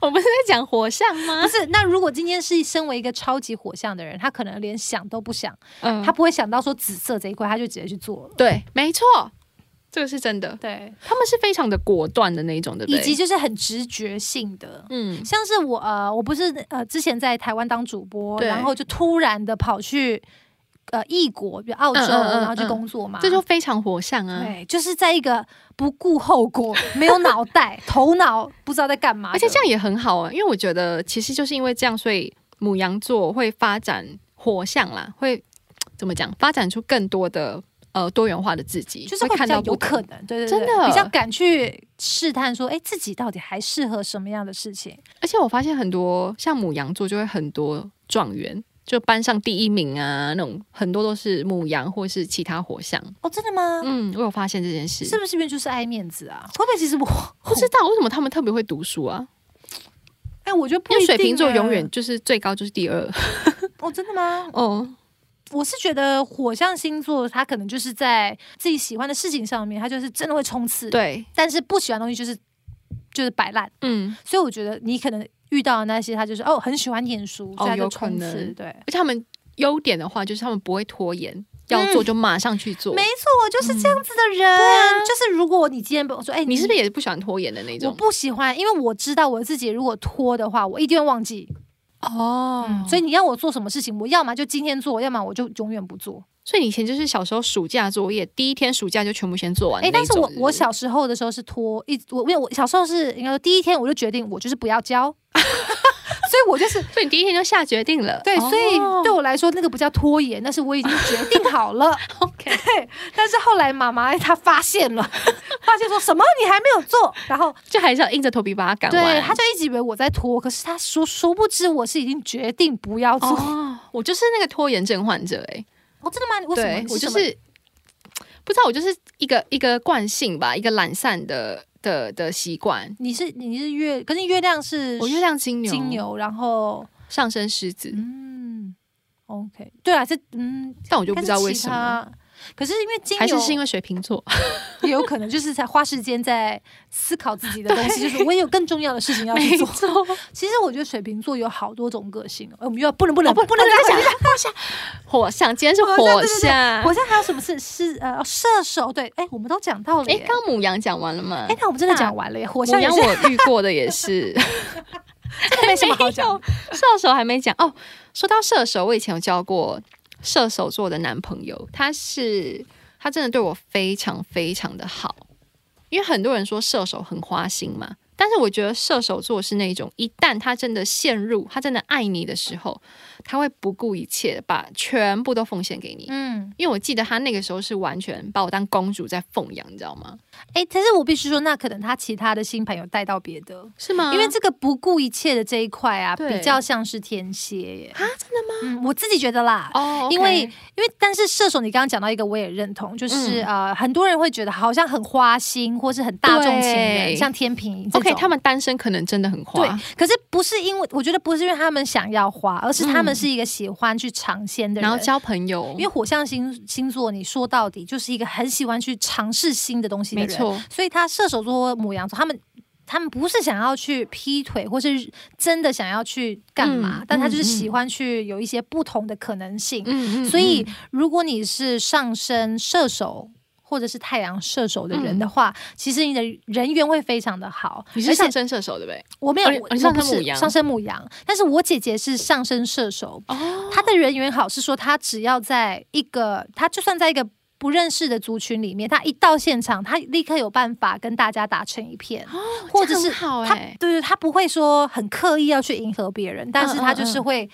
S2: 我不是在讲火象吗
S1: 不？是。那如果今天是身为一个超级火象的人，他可能连想都不想，
S2: 嗯，
S1: 他不会想到说紫色这一块，他就直接去做了。
S2: 对，没错，这个是真的。
S1: 对，
S2: 他们是非常的果断的那一种，对不对？
S1: 以及就是很直觉性的。
S2: 嗯，
S1: 像是我呃，我不是呃，之前在台湾当主播，
S2: 对
S1: 然后就突然的跑去呃异国，比如澳洲，
S2: 嗯嗯嗯
S1: 然后去
S2: 嗯
S1: 工作嘛。
S2: 这就非常火象啊。
S1: 对，就是在一个不顾后果、没有脑袋、头脑不知道在干嘛的，
S2: 而且这样也很好啊，因为我觉得其实就是因为这样，所以母羊座会发展火象啦，会怎么讲？发展出更多的呃多元化的自己，
S1: 就是
S2: 会
S1: 会比
S2: 看
S1: 较
S2: 到
S1: 有
S2: 不
S1: 可
S2: 同。
S1: 能，对对对，
S2: 真的
S1: 比较敢去试探说，哎，自己到底还适合什么样的事情？
S2: 而且我发现很多像母羊座就会很多状元，就班上第一名啊那种，很多都是母羊或是其他火象。
S1: 哦，真的吗？
S2: 嗯，我有发现这件事，
S1: 是不是因为就是爱面子啊？会不会其实我
S2: 不知道为什么他们特别会读书啊？
S1: 哎，我觉得不
S2: 因为
S1: 一定
S2: 水瓶座
S1: 啊
S2: 永远就是最高就是第二
S1: 哦，真的吗？
S2: 哦。
S1: 我是觉得火象星座，他可能就是在自己喜欢的事情上面，他就是真的会冲刺，
S2: 对，
S1: 但是不喜欢的东西就是就是摆烂。
S2: 嗯，
S1: 所以我觉得你可能遇到的那些，他就是哦，很喜欢念书，
S2: 哦
S1: 所以他就
S2: 有可
S1: 冲
S2: 能
S1: 刺。对，
S2: 而且他们优点的话，就是他们不会拖延，要做就马上去做。
S1: 嗯没错，我就是这样子的人。就是如果你今天我说，哎、
S2: 嗯啊你是不是也不喜欢拖延的那
S1: 我
S2: 种？
S1: 不喜欢，因为我知道我自己如果拖的话，我一定会忘记。嗯
S2: 哦所
S1: 所
S2: 以
S1: 以你要我做什么事情，我要么就今天做，要么我就永远不做。
S2: 所以你以前就是小时候暑假作业，第一天暑假就全部先做完
S1: 哎、
S2: 的那
S1: 但
S2: 种。
S1: 是我
S2: 不
S1: 我小时候的时候是拖一，我因为我小时候是应该说第一天我就决定我就是不要交， 所以我就是
S2: 所以你第一天就下决定了。
S1: 对，
S2: 哦
S1: 所以对我来说那个不叫拖延，那是我已经决定好了。
S2: OK，
S1: 但是后来妈妈她发现了， 发现说什么你还没有做，然后
S2: 就还是要硬着头皮把它赶完。
S1: 对，她就一直以为我在拖，可是她说殊不知我是已经决定不要做。哦，
S2: 哦，我就是那个拖延症患者哎、
S1: 真的吗？为什么
S2: 对
S1: 你
S2: 我就
S1: 什么
S2: 是不知道，我就是一个一个惯性吧，一个懒散的的的习惯。
S1: 你是你是月，可是月亮是
S2: 我月亮金牛，
S1: 金牛，然后
S2: 上升狮子，
S1: 嗯，OK，对啊，这嗯，
S2: 但我就不知道为什么。
S1: 么。可是因为金牛，
S2: 还是是因为水瓶座，
S1: 也有可能就是在花时间在思考自己的东西， 就是我也有更重要的事情要去做。
S2: 错。
S1: 其实我觉得水瓶座有好多种个性哦，呃我们又要不能不能
S2: 哦 不
S1: 不能
S2: 不
S1: 再
S2: 能
S1: 讲，
S2: 火象，今天是
S1: 火象
S2: 火
S1: 对对对
S2: 象。
S1: 火象还有什么是是呃哦射手对，哎，我们都讲到了
S2: 哎，
S1: 耶，
S2: 刚母羊讲完了吗
S1: 哎？，那我们真的讲完了耶，火
S2: 母
S1: 象也
S2: 羊
S1: 是
S2: 我遇过的也是，
S1: 真的没什么好讲的，
S2: 射手还没讲哦。说到射手，我以前有交过射手座的男朋友，他是他真的对我非常非常的好，因为很多人说射手很花心嘛，但是我觉得射手座是那种一旦他真的陷入他真的爱你的时候，他会不顾一切把全部都奉献给你。
S1: 嗯，
S2: 因为我记得他那个时候是完全把我当公主在奉养，你知道吗？
S1: 哎，但是我必须说，那可能他其他的星盘有带到别的，
S2: 是吗
S1: 因
S2: 因为
S1: 为
S2: 这
S1: 这个不顾一切的这一块啊，
S2: 嗯对
S1: 比较像是天蝎耶。
S2: 啊，真的吗？
S1: 嗯，我自己觉得啦。
S2: 哦
S1: 因为，因为但是射手，你刚刚讲到一个，我也认同，就是、呃，很多人会觉得好像很花心，或是很大众情人，
S2: 对
S1: 像天平这种
S2: OK，他们单身可能真的很花，
S1: 对，可是不是因为我觉得不是因为他们想要花，而是他们是一个喜欢去尝鲜的人。
S2: 然后交朋友，
S1: 因为火象星星座，你说到底就是一个很喜欢去尝试新的东西的
S2: 没
S1: 人。
S2: 错，
S1: 所以他射手座、母羊座，他们他们不是想要去劈腿，或是真的想要去干嘛，
S2: 嗯
S1: 但他就是
S2: 嗯
S1: 喜欢去有一些不同的可能性。
S2: 嗯
S1: 所以，如果你是上升射手。或者是太阳射手的人的话，其实你的人缘会非常的好。
S2: 嗯你
S1: 而且
S2: 是上升射手对不对？
S1: 我没有，
S2: 哦你
S1: 我
S2: 哦你上
S1: 我不
S2: 升母
S1: 是
S2: 羊
S1: 上升母羊，但是我姐姐是上升射手，
S2: 哦，
S1: 她的人缘好是说，她只要在一个，她就算在一个不认识的族群里面，她一到现场，她立刻有办法跟大家打成一片，或者
S2: 哦这
S1: 是
S2: 很好
S1: 她
S2: 哎
S1: 对，对，她不会说很刻意要去迎合别人，但是她
S2: 嗯
S1: 就是会，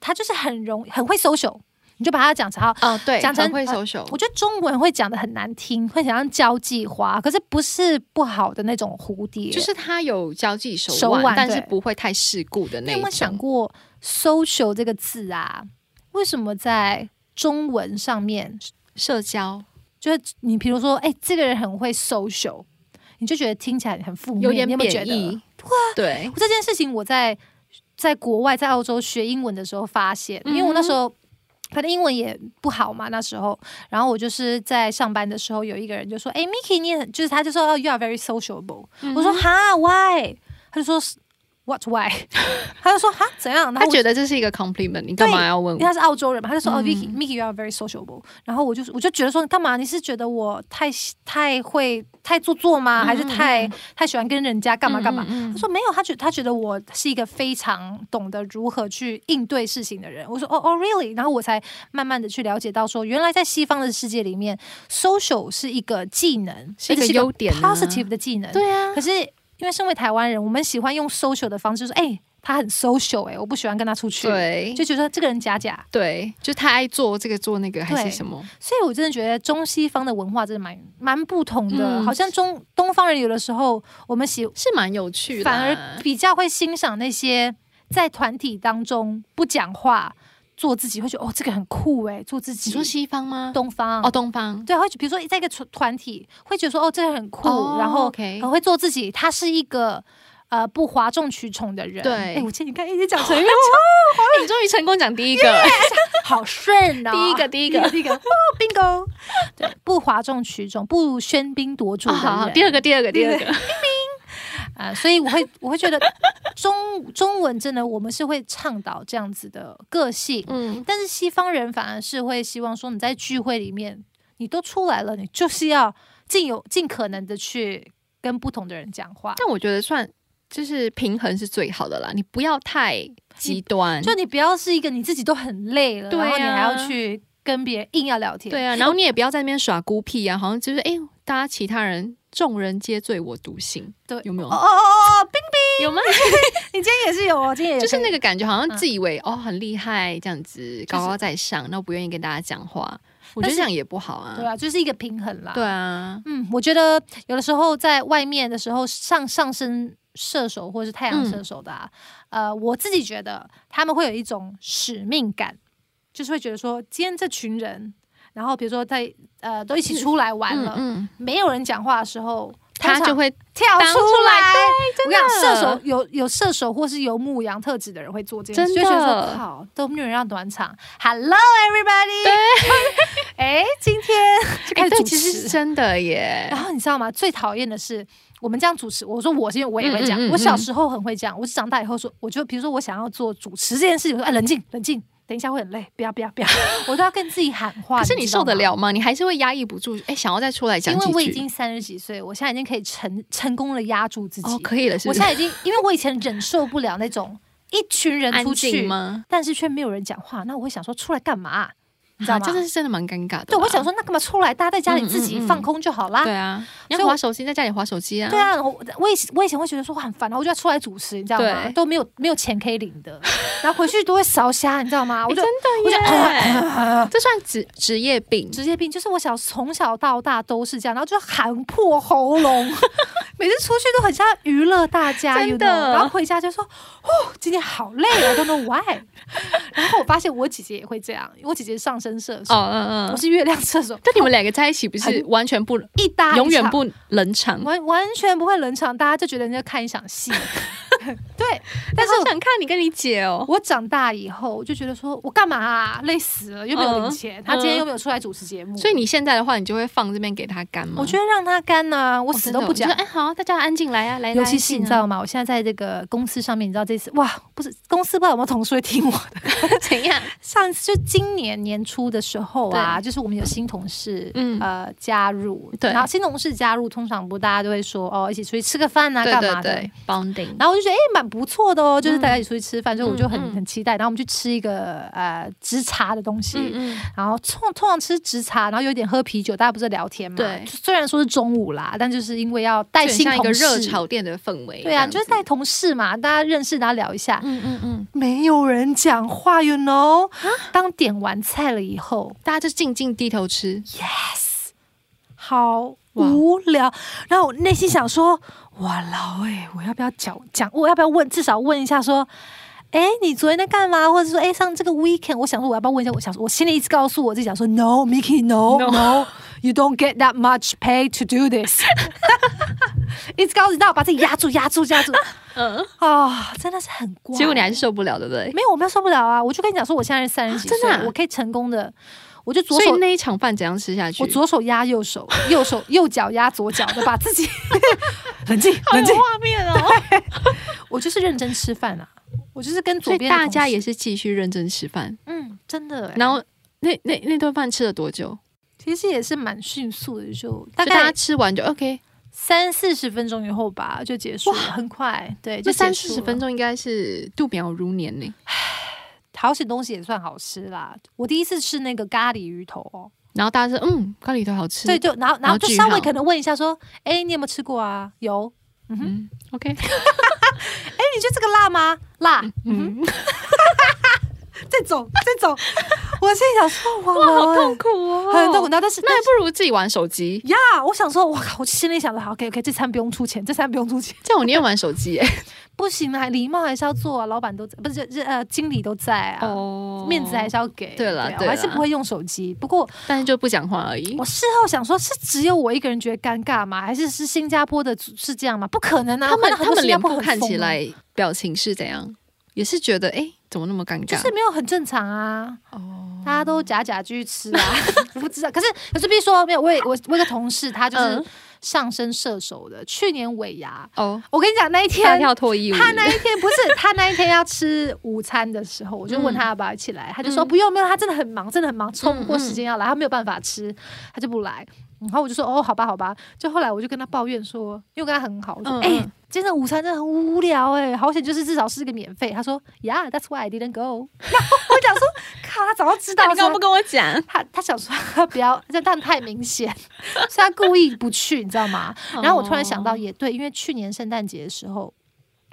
S1: 她就是很容很会 social，你就把她讲成好。
S2: 哦对，
S1: 讲成呃
S2: 很会 social，
S1: 我觉得中文会讲的很难听，会讲像交际花，可是不是不好的那种蝴蝶，
S2: 就是他有交际手
S1: 手腕
S2: 但是
S1: 对
S2: 不会太世故的
S1: 你
S2: 那
S1: 有
S2: 一
S1: 没有想
S2: 种。
S1: 过 “social” 这个字啊？为什么在中文上面，
S2: 社交
S1: 就是你比如说，哎、这个人很会 social，你就觉得听起来很负面，
S2: 有点
S1: 你有没有觉
S2: 贬
S1: 得
S2: 义？，对，
S1: 这件事情我在在国外，在澳洲学英文的时候发现，
S2: 嗯
S1: 因为我那时候。反正英文也不好嘛，那时候，然后我就是在上班的时候，有一个人就说：“哎、m，“Oh,
S2: 嗯
S1: i k i 你也很就是他就说哦、y o u are very sociable。”我说：“哈，why？” 他就说 What why？他 就说哈怎样？然后
S2: 他
S1: 我
S2: 觉得这是一个 compliment，你干嘛要问
S1: 因为
S2: 我？
S1: 他是澳洲人嘛，他就说、哦
S2: 嗯
S1: ，Vicky Vicky you are very sociable。然后我就是我就觉得说，你干嘛？你是觉得我太太会太做作吗？
S2: 嗯
S1: 还是太、太喜欢跟人家干嘛干嘛？
S2: 嗯嗯嗯
S1: 他说没有，他觉他觉得我是一个非常懂得如何去应对事情的人。我说哦哦，really？然后我才慢慢的去了解到说，原来在西方的世界里面，social 是一个技能，
S2: 是一个
S1: 而且
S2: 优点啊
S1: positive 的技能。
S2: 对啊
S1: 可，是因为身为台湾人，我们喜欢用 social 的方式说，哎、他很 social，哎、我不喜欢跟他出去。
S2: 对
S1: 就觉得这个人假假，
S2: 对，就他爱做这个做那个还是
S1: 对
S2: 什么？
S1: 所以我真的觉得中西方的文化真的蛮蛮不同的。
S2: 嗯
S1: 好像中东方人有的时候我们喜
S2: 是蛮有趣的，
S1: 反而比较会欣赏那些在团体当中不讲话做自己，会觉得哦这个很酷诶，做自己。
S2: 你说西方吗？
S1: 东方
S2: 哦，东方
S1: 对，会觉比如说在一个团团体会觉得说哦这个很酷，
S2: 哦
S1: 然后呃
S2: OK
S1: 很会做自己，他是一个。呃，不哗众取宠的人，
S2: 对
S1: 哎，我今天你看一直讲 成语，
S2: 哎你终于成功讲第一个，
S1: 好顺哦。
S2: 第一个，第一 个，
S1: 第一个，哦，bingo，对，不哗众取宠，不喧宾夺主
S2: 哦
S1: 的人。
S2: 好，好第二个，第二个，第二个，
S1: 啊、所以我会我会觉得中中文真的我们是会倡导这样子的个性，
S2: 嗯，
S1: 但是西方人反而是会希望说你在聚会里面，你都出来了，你就是要尽有尽可能的去跟不同的人讲话，
S2: 但我觉得算就是平衡是最好的啦，你不要太极端，
S1: 就你不要是一个你自己都很累了，
S2: 对啊
S1: 然后你还要去跟别人硬要聊天。
S2: 对啊，然后你也不要在那边耍孤僻啊，好像就是哎、大家其他人众人皆醉我独醒，
S1: 对
S2: 有没有
S1: 哦哦哦哦，冰
S2: 有吗？
S1: 你今天也是有哦，今天也
S2: 就是那
S1: 个，
S2: 个感觉，好像自以为、哦很厉害这样子，高高在上，那不愿意跟大家讲话，我觉
S1: 但
S2: 得
S1: 是
S2: 这样也不好啊。
S1: 对啊，就是一个平衡啦。
S2: 对啊，
S1: 嗯，我觉得有的时候在外面的时候，上上升射手或是太阳
S2: 嗯
S1: 射手的、啊，呃，我自己觉得他们会有一种使命感，就是会觉得说，今天这群人，然后比如说在呃都一起出来玩了，
S2: 嗯嗯，
S1: 没有人讲话的时候，
S2: 他
S1: 通常
S2: 就会
S1: 跳出
S2: 当出来
S1: 来。我跟你讲，
S2: 真的
S1: 射手有有射手或是有牧羊特质的人会做这件事，
S2: 真
S1: 就
S2: 的
S1: 觉得说靠，都没有人让暖场。Hello everybody，哎，今 天就开
S2: 哎，
S1: 始
S2: 对，
S1: 主
S2: 其
S1: 持。
S2: 实是真的耶
S1: 然。后你知道吗？最讨厌的是我们这样主持。我说我是因为我也会讲，
S2: 嗯嗯嗯嗯
S1: 我小时候很会讲，我是长大以后说，我就比如说我想要做主持这件事情，我说哎冷静冷静，等一下会很累，不要不要不要， 我都要跟自己喊话。
S2: 可是你
S1: 知道
S2: 受得
S1: 吗？
S2: 了吗？你还是会压抑不住，哎，想要再出来讲
S1: 因
S2: 几
S1: 为我
S2: 句。
S1: 已经三十几岁，我现在已经可以成成功的压住自己。
S2: 哦，可以了，是
S1: 我
S2: 不
S1: 现在
S2: 是？
S1: 已经，因为我以前忍受不了那种一群人
S2: 安
S1: 出
S2: 静
S1: 去，
S2: 吗？
S1: 但是却没有人讲话，那我会想说出来干嘛、你知道
S2: 啊
S1: 吗？
S2: 真的是真的蛮尴尬的啦。
S1: 对，我想说那干嘛出来？大家在家里自己
S2: 嗯嗯嗯
S1: 放空就好啦。
S2: 对啊，你
S1: 所以
S2: 要
S1: 我
S2: 划手机，在家里划手机啊。
S1: 对，啊，我我以前我以前会觉得说哇很烦，然后我就要出来主持，你知道吗
S2: 对？
S1: 都没有没有钱可以领的，然后回去都会烧瞎，你知道吗？我
S2: 我
S1: 就
S2: 哎真的 耶，这算职职业病。
S1: 职业病，就是我小从小到大都是这样，然后就喊破喉咙， 每次出去都很像娱乐大家，
S2: 真
S1: you
S2: 的
S1: know，然后回家就说哦今天好累啊，I don't know why。然 后我发现我姐姐也会这样，因为我姐姐是上升射手，
S2: 哦嗯
S1: 我
S2: 嗯，
S1: 是月亮射手，
S2: 但你们两个在一起不是
S1: 很
S2: 完全不
S1: 一搭一
S2: 永远
S1: 唱
S2: 不冷场？
S1: 完完全不会冷场，大家就觉得人家看一场 戏。对，但是
S2: 我
S1: 我
S2: 想看你跟你姐哦。
S1: 我长大以后，我就觉得说我干嘛啊，累死了，又没有零钱，
S2: 嗯
S1: 他今天又没有出来主持节目，
S2: 所以你嗯现在的话，你就会放这边给他干吗？
S1: 我觉得让他干呐、我
S2: 我
S1: 死都不讲。
S2: 哎，好，大家安静来啊，来。
S1: 尤
S2: 来
S1: 其是你知，道吗？我现在在这个公司上面，你知道这次哇，不是公司不知道有没有同事会听我的。
S2: 安静啊 怎样？
S1: 上一次就今年年初的时候啊，就是我们有新同事，
S2: 嗯
S1: 呃，加入，
S2: 对
S1: 然后新同事加入，通常不大家都会说哦，一起出去吃个饭啊，
S2: 对
S1: 干嘛
S2: 对
S1: 的？
S2: 对，bonding。
S1: 然后我就觉得哎，蛮、不错的哦，就是
S2: 嗯
S1: 大家一起出去吃饭，所以我就很
S2: 嗯嗯
S1: 很期待。然后我们去吃一个呃直茶的东西，
S2: 嗯
S1: 然后通通常吃直茶，然后有点喝啤酒，大家不是聊天嘛？
S2: 对
S1: 就虽然说是中午啦，但就是因为要带
S2: 就很
S1: 新
S2: 像一个
S1: 同
S2: 热
S1: 事，
S2: 炒店的氛围。
S1: 对啊，
S2: 这
S1: 就
S2: 样
S1: 是
S2: 子
S1: 带同事嘛，大家认识，大家聊一下。
S2: 嗯啊嗯嗯，
S1: 没有人讲话，you know。当点完菜了以后，
S2: 大家就静静低头吃。
S1: 好
S2: 哇
S1: 无聊。然后我内心想说，哇老哎、我要不要讲讲？我要不要问？至少问一下说。哎，你昨天在干嘛？或者说，哎，上这个 weekend，我想说，我要不要问一下？我想说，我心里一直告诉我自己讲说，No，Mickey，No，No，You
S2: No
S1: don't get that much pay to do this 。 一直告诉你，但我把自己压住，压住，压住。
S2: 嗯，
S1: 啊、真的是很怪。
S2: 结果你还是受不了，对不对？
S1: 没有，我没有受不了啊！我就跟你讲说，我现在是三十几岁，
S2: 真的啊
S1: 我可以成功的，我就左
S2: 所以
S1: 手
S2: 那一场饭怎样吃下去？
S1: 我左手压右手， 右手右脚压左脚的，把自己 冷 静
S2: 好
S1: 冷
S2: 有
S1: 静。
S2: 画面哦。
S1: 我就是认真吃饭啊，我就是跟
S2: 所
S1: 左
S2: 以
S1: 边的
S2: 大
S1: 同
S2: 家
S1: 事
S2: 也是继续认真吃饭，
S1: 嗯，真的欸、
S2: 然后那那那顿饭吃了多久？
S1: 其实也是蛮迅速的，就大
S2: 就大家
S1: 概
S2: 吃完就 OK。
S1: 三四十分钟以后吧就结束了，很快。对，就
S2: 这三
S1: 结束
S2: 四十分
S1: 了，
S2: 钟应该是度秒如年呢。
S1: 好险东西也算好吃啦。我第一次吃那个咖喱鱼头哦，
S2: 然后大家说，嗯，咖喱头好吃。
S1: 对，就然后然
S2: 然后
S1: 后就
S2: 句
S1: 稍微
S2: 号
S1: 可能问一下说，哎，你有没有吃过啊？有。
S2: 嗯，OK，
S1: 哎，你觉得这个辣吗？辣。
S2: 嗯，
S1: 这种这种， 我心里想说，哇，好痛
S2: 苦 哦
S1: 很痛苦。。然后但是
S2: 那还不如自己玩手机，
S1: 呀，我想说，我靠，我心里想的好，OK OK，这餐不用出钱，这餐不用出钱，
S2: 这样我宁愿玩手机耶。
S1: 不行啊，礼貌还是要做啊，老板都在，不是这呃经理都在啊。
S2: 哦
S1: 面子还是要给，
S2: 对啦
S1: 啊
S2: 对
S1: 我还是
S2: 啦
S1: 不会用手机。不过
S2: 但是就不讲话而已
S1: 我。事后想说，是只有我一个人觉得尴尬吗？还是是新加坡的组是这样吗？不可能啊！
S2: 他
S1: 我看
S2: 们
S1: 到很
S2: 他
S1: 多
S2: 们
S1: 新加
S2: 脸
S1: 坡
S2: 部
S1: 很
S2: 看
S1: 疯
S2: 起
S1: 啊
S2: 来表情是怎样？也是觉得哎，怎么那么尴
S1: 就
S2: 尬？
S1: 是没有很正常啊。
S2: 哦，
S1: 大家都假假去吃啊， 我不知道。可是可是必须说，没有我也我我有个同事，他就是
S2: 嗯
S1: 上升射手的，去年尾牙。
S2: 哦，
S1: 我跟你讲那一
S2: 大
S1: 天，
S2: 跳脱衣舞，
S1: 他那一天不是他那一天要吃午餐的时候，我就问他要不要一起来，他就说
S2: 嗯
S1: 不用不用，他真的很忙，真的很忙，抽不过时间要来，他没有办法吃，他就不来。然后我就说哦，好吧，好吧。就后来我就跟他抱怨说，因为我跟他很好，我说
S2: 嗯
S1: 哎、
S2: 嗯
S1: 今天的午餐真的很无聊哎、好险就是至少是个免费。他说，Yeah，that's why I didn't go。然后我讲说，靠，他早就知道
S2: 那你
S1: 说
S2: 干嘛不跟我讲？
S1: 他他想说他不要，这但太明显，所以他故意不去，你知道吗？然后我突然
S2: 哦
S1: 想到，也对，因为去年圣诞节的时候，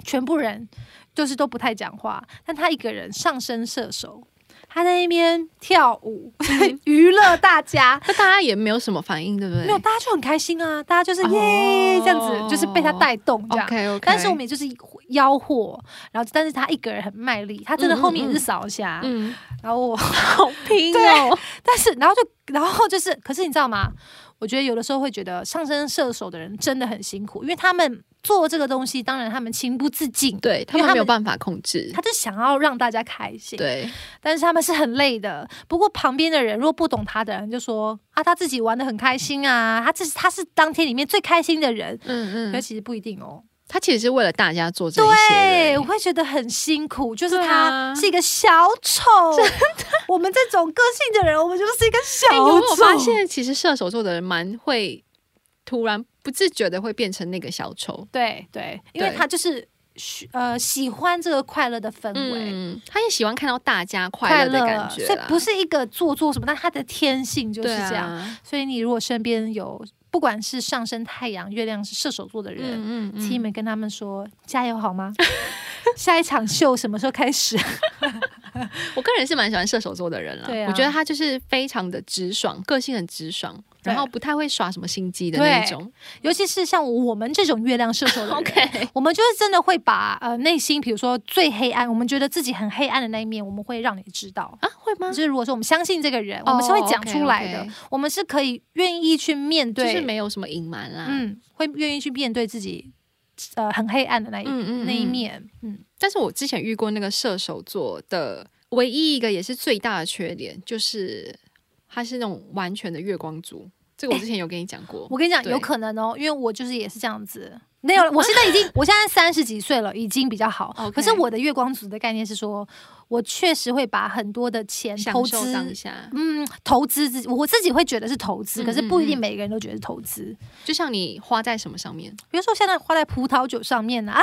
S1: 全部人就是都不太讲话，但他一个人上升射手，他在那边跳舞 娱乐大家，
S2: 那大家也没有什么反应，嗯对不对？
S1: 没有，大家就很开心啊，大家就是
S2: 哦
S1: 耶这样子，就是被他带动这样。
S2: OK OK，
S1: 但是我们也就是吆喝，然后但是他一个人很卖力，他真的后面也
S2: 嗯嗯
S1: 是
S2: 嗯
S1: 扫一下，
S2: 嗯，
S1: 然后我
S2: 好拼
S1: 哦！ 但是，然后就，然后就是，可是你知道吗？我觉得有的时候会觉得上升射手的人真的很辛苦，因为他们做这个东西，当然他们情不自禁，
S2: 对他
S1: 因为
S2: 们
S1: 他
S2: 没有
S1: 们
S2: 办法控制，
S1: 他就想要让大家开心。，
S2: 对，
S1: 但是他们是很累的。不过旁边的人如果不懂他的人，就说啊，他自己玩的很开心啊，他这是他是当天里面最开心的人。
S2: 嗯
S1: 可
S2: 嗯，
S1: 其实不一定哦，
S2: 他其实是为了大家做这一些
S1: 对，
S2: 的
S1: 我会觉得很辛苦，就是
S2: 对
S1: 他
S2: 啊
S1: 是一个小丑，我们这种个性的人，我们就是一个小
S2: 哎，
S1: 丑。
S2: 我有发现其实射手座的人蛮会突然不自觉的会变成那个小丑。
S1: 对对，因为
S2: 对
S1: 他就是喜呃喜欢这个快乐的氛围。
S2: 嗯，他也喜欢看到大家快乐的感觉啦，
S1: 所以不是一个做作什么，但他的天性就是这样。
S2: 对啊
S1: 所以你如果身边有不管是上升太阳、月亮是射手座的人，
S2: 嗯嗯
S1: 请你
S2: 嗯，
S1: 们跟他们说加油好吗？ 下一场秀什么时候开始？
S2: 我个人是蛮喜欢射手座的人啦。
S1: 对啊
S2: 我觉得他就是非常的直爽，个性很直爽，
S1: 对
S2: 然后不太会耍什么心机的那一
S1: 对
S2: 种。
S1: 尤其是像我们这种月亮射 手的人
S2: OK，
S1: 我们就是真的会把呃内心，比如说最黑暗，我们觉得自己很黑暗的那一面，我们会让你知道。
S2: 啊，会吗？
S1: 就是如果说我们相信这个人，
S2: 哦
S1: 我们是会讲出来的
S2: OK，OK
S1: 我们是可以愿意去面对，
S2: 就是没有什么隐瞒啦。
S1: 嗯，会愿意去面对自己呃很黑暗的那一、
S2: 嗯
S1: 那一。面，嗯，
S2: 但是我之前遇过那个射手座的唯一一个也是最大的缺点，就是他是那种完全的月光族。这个我之前有跟你讲过。
S1: 我跟你讲
S2: 对
S1: 有可能哦，因为我就是也是这样子。 没有，我现在已 经，我现在三十几岁了，已经比较好。
S2: OK
S1: 哦可是我的月光族的概念是说，我确实会把很多的钱
S2: 享
S1: 投
S2: 受
S1: 资，
S2: 当下，
S1: 嗯，投资自己，我自己会觉得是投资，
S2: 嗯
S1: 可是不一定
S2: 嗯嗯
S1: 每个人都觉得是投资。
S2: 就像你花在什么上面，
S1: 比如说现在花在葡萄酒上面啊，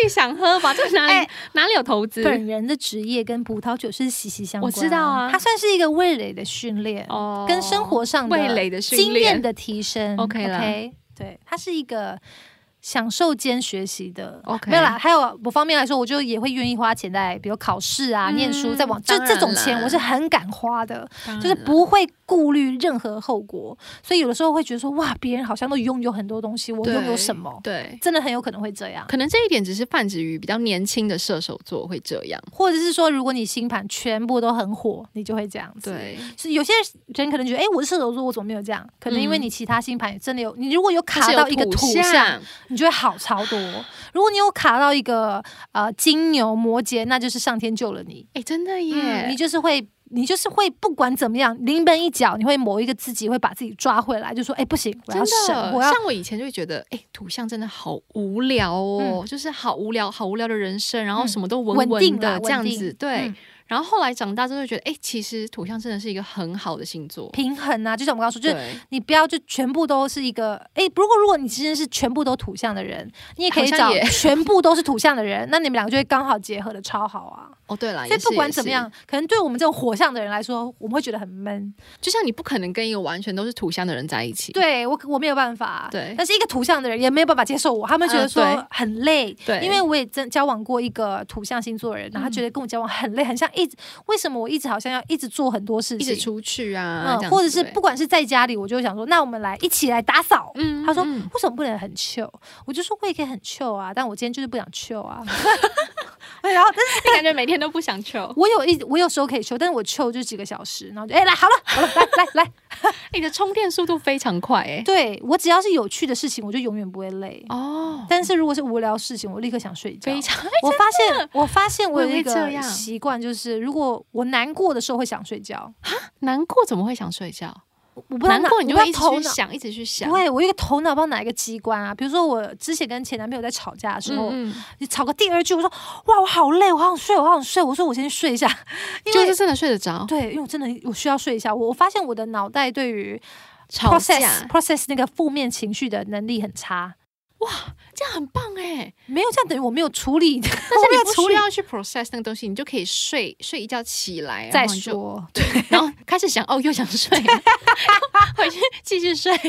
S2: 自己想喝吧，这哪里、
S1: 哎
S2: 哪里有投 资？
S1: 本人的职业跟葡萄酒是息息相关。
S2: 我知道啊
S1: 它算是一个味蕾的训练，
S2: 哦
S1: 跟生活上的
S2: 味蕾的训练
S1: 经验的提升。
S2: OK 啦
S1: OK，对，它是一个。享受兼学习的
S2: OK
S1: 没有啦，还有某方面来说，我就也会愿意花钱在，比如考试啊、
S2: 嗯
S1: 念书，在往就
S2: 当然
S1: 这种
S2: 啦
S1: 钱，我是很敢花的，
S2: 当然
S1: 就是
S2: 了
S1: 不会顾虑任何后果。所以有的时候会觉得说，哇，别人好像都拥有很多东西，我
S2: 对
S1: 拥有什么？
S2: 对。
S1: 真的很有可能会这样。
S2: 可能这一点只是泛指于比较年轻的射手座会这样，
S1: 或者是说，如果你星盘全部都很火，你就会这样子。，
S2: 对，
S1: 是有些人可能觉得，哎、我是射手座，我怎么没有这样？可能因为
S2: 嗯
S1: 你其他星盘真的有，你如果有
S2: 就是
S1: 卡
S2: 有
S1: 到一个土象，
S2: 象，
S1: 你就会好超多。如果你有卡到一个呃金牛、摩羯，那就是上天救了你，
S2: 哎、真的耶，
S1: 嗯你就是会你就是会不管怎么样临门一脚，你会某一个自己会把自己抓回来，就说哎、不行，我
S2: 真
S1: 要省，
S2: 的，
S1: 我要
S2: 像我以前就会觉得，哎、土象真的好无聊哦，就是好无聊，好无聊的人生，然后
S1: 嗯
S2: 什么都
S1: 稳
S2: 稳
S1: 定
S2: 稳
S1: 啦
S2: 的
S1: 稳
S2: 这样
S1: 定
S2: 子，对。
S1: 嗯
S2: 然后后来长大之后就觉得，哎、其实土象真的是一个很好的星座，
S1: 平衡啊。就像我们刚刚说，就是
S2: 对，
S1: 你不要就全部都是一个哎、如果如果你其实是全部都土象的人，你也可以
S2: 好像
S1: 找
S2: 也
S1: 全部都是土象的人，那你们两个就会刚好结合的超好啊。
S2: 哦，对啦，
S1: 所以
S2: 也是
S1: 不管
S2: 也
S1: 怎么
S2: 是
S1: 样，可能对我们这种火象的人来说，我们会觉得很闷。
S2: 就像你不可能跟一个完全都是土象的人在一起，
S1: 对我，我没有办法。
S2: 对
S1: 但是一个土象的人也没有办法接受我，他们觉得
S2: 嗯
S1: 说
S2: 对
S1: 很累。
S2: 对
S1: 因为我也真交往过一个土象星座的人，然后他
S2: 嗯
S1: 觉得跟我交往很累，很像一直为什么我一直好像要一直做很多事
S2: 一
S1: 情，
S2: 直出去啊，
S1: 嗯
S2: 这样，子
S1: 或者是
S2: 对
S1: 不管是在家里，我就会想说，那我们来一起来打扫。
S2: 嗯
S1: 他说
S2: 嗯
S1: 为什么不能很 chill？我就说我也可以很 chill 啊，但我今天就是不想 chill 啊。 然后，但是
S2: 你感觉每天都不想求，
S1: 我有一我有时候可以 chill，但是我 chill 就几个小时，然后就哎、来好了好了来来来，
S2: 你的充电速度非常快、哎，
S1: 对我只要是有趣的事情，我就永远不会累。
S2: 哦，
S1: 但是如果是无聊事情，我立刻想睡觉。
S2: 非常
S1: 我发现，我发现我
S2: 我
S1: 有
S2: 也会
S1: 一
S2: 这
S1: 个
S2: 样
S1: 习惯，就是如果我难过的时候会想睡觉，
S2: 难过，怎么会想睡觉？
S1: 我不知道
S2: 难
S1: 哪
S2: 过你就
S1: 我不知
S2: 会一
S1: 道
S2: 直
S1: 头
S2: 去
S1: 脑。
S2: 想，一直去想
S1: 不。会，我有一个头脑不知道哪一个机关啊。比如说，我之前跟前男朋友在吵架的时候，
S2: 嗯，
S1: 你吵个第二句，我说哇，我好累，我好想睡，我好想睡。我说我先睡一下，因
S2: 就
S1: 为、
S2: 是真的睡得着。
S1: 对，因为我真的我需要睡一下。我我发现我的脑袋对于
S2: 吵
S1: process
S2: 架
S1: process 那个负面情绪的能力很差，
S2: 这样很棒哎，
S1: 没有这样等于我没有处 理，但
S2: 但是
S1: 是
S2: 你
S1: 处
S2: 不需
S1: 理
S2: 要去 process 那个东西，你就可以睡睡一觉起来，
S1: 再
S2: 然后你就，
S1: 说。
S2: 然后开始想哦又想睡，回去继续睡，
S1: 为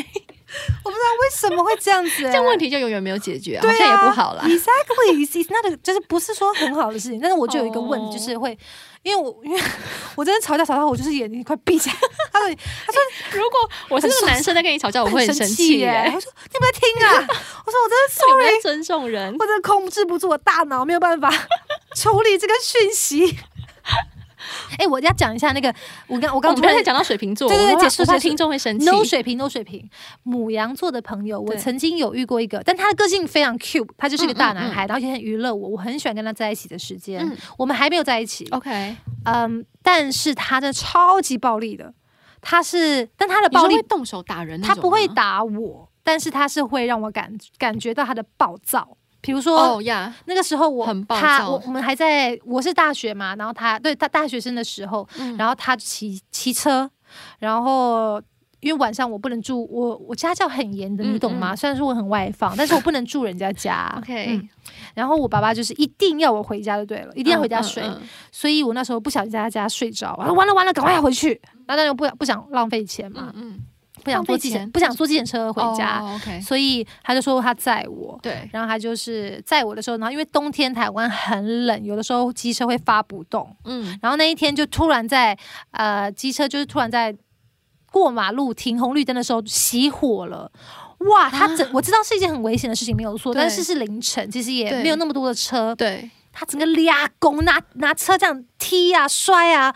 S1: 什么 会这样子、欸？
S2: 这样问题就永远没有解决，好
S1: 对
S2: 像也
S1: 啊
S2: 不好啦。
S1: Exactly, it's not a- 就是不是说很好的事情，但是我就有一个 问
S2: 哦
S1: 题，就是会，因为我因为 我真的吵架吵到我就是眼睛快闭起来，他说
S2: 如果我是那个
S1: 很
S2: 男生在跟你吵架，我
S1: 我
S2: 会很生气欸
S1: 耶、
S2: 耶，
S1: 我说你有没有在听 啊，我说我真的
S2: 你不
S1: sorry，
S2: 要尊重人，
S1: 我真的控制不住我大脑，没有办法处理这个讯息。 哎、我要讲一下那个，我刚我
S2: 我
S1: 刚
S2: 们
S1: 突
S2: 不要
S1: 然
S2: 再讲到水瓶座，
S1: 对对对
S2: 我怕
S1: 结束
S2: 我怕
S1: 结束
S2: 听众会生气。
S1: no 水瓶，no 水瓶。母羊座的朋友，我
S2: 对
S1: 曾经有遇过一个，但他的个性非常 cute，他就是个
S2: 嗯
S1: 大
S2: 嗯
S1: 男
S2: 嗯
S1: 孩，然后也很娱乐我，我很喜欢跟他在一起的时间。
S2: 嗯哦
S1: 我们还没有在一起，
S2: OK，
S1: 嗯，但是他真的超级暴力的，他是，但他的
S2: 你说
S1: 暴
S2: 会
S1: 力
S2: 动手打人那
S1: 他
S2: 种吗，
S1: 不会打我，但是他是会让我感感觉到他的暴躁，比如说。
S2: 哦呀，
S1: 那个时候我
S2: 很暴
S1: 他
S2: 躁
S1: 我我们还在我是大学嘛，然后他对他大学生的时候，
S2: 嗯
S1: 然后他骑骑车，然后因为晚上我不能住，我我家教很严的，
S2: 嗯
S1: 你懂吗？
S2: 嗯。
S1: 虽然说我很外放，但是我不能住人家家
S2: OK，
S1: 嗯然后我爸爸就是一定要我回家就对了，一
S2: 一
S1: 定要回家睡。
S2: 嗯
S1: 所以我那时候不小心在他家睡着，然后完了完了，赶快要回去。那但又不不想浪费钱嘛
S2: 嗯，嗯，
S1: 不想坐
S2: 浪费
S1: 计程，
S2: 钱
S1: 不想坐计程车回家，
S2: 哦 OK，
S1: 所以他就说他载我。
S2: 对，
S1: 然后他就是载我的时候，然后因为冬天台湾很冷，有的时候机车会发不动，
S2: 嗯，
S1: 然后那一天就突然在呃机车就是突然在过马路停红绿灯的时候熄火了。哇，
S2: 啊
S1: 他整、我知道是一件很危险的事情，没有错，
S2: 对
S1: 但是是凌晨，其实也
S2: 对
S1: 没有那么多的车，
S2: 对，
S1: 他整个俩拱拿拿车这样踢啊摔啊，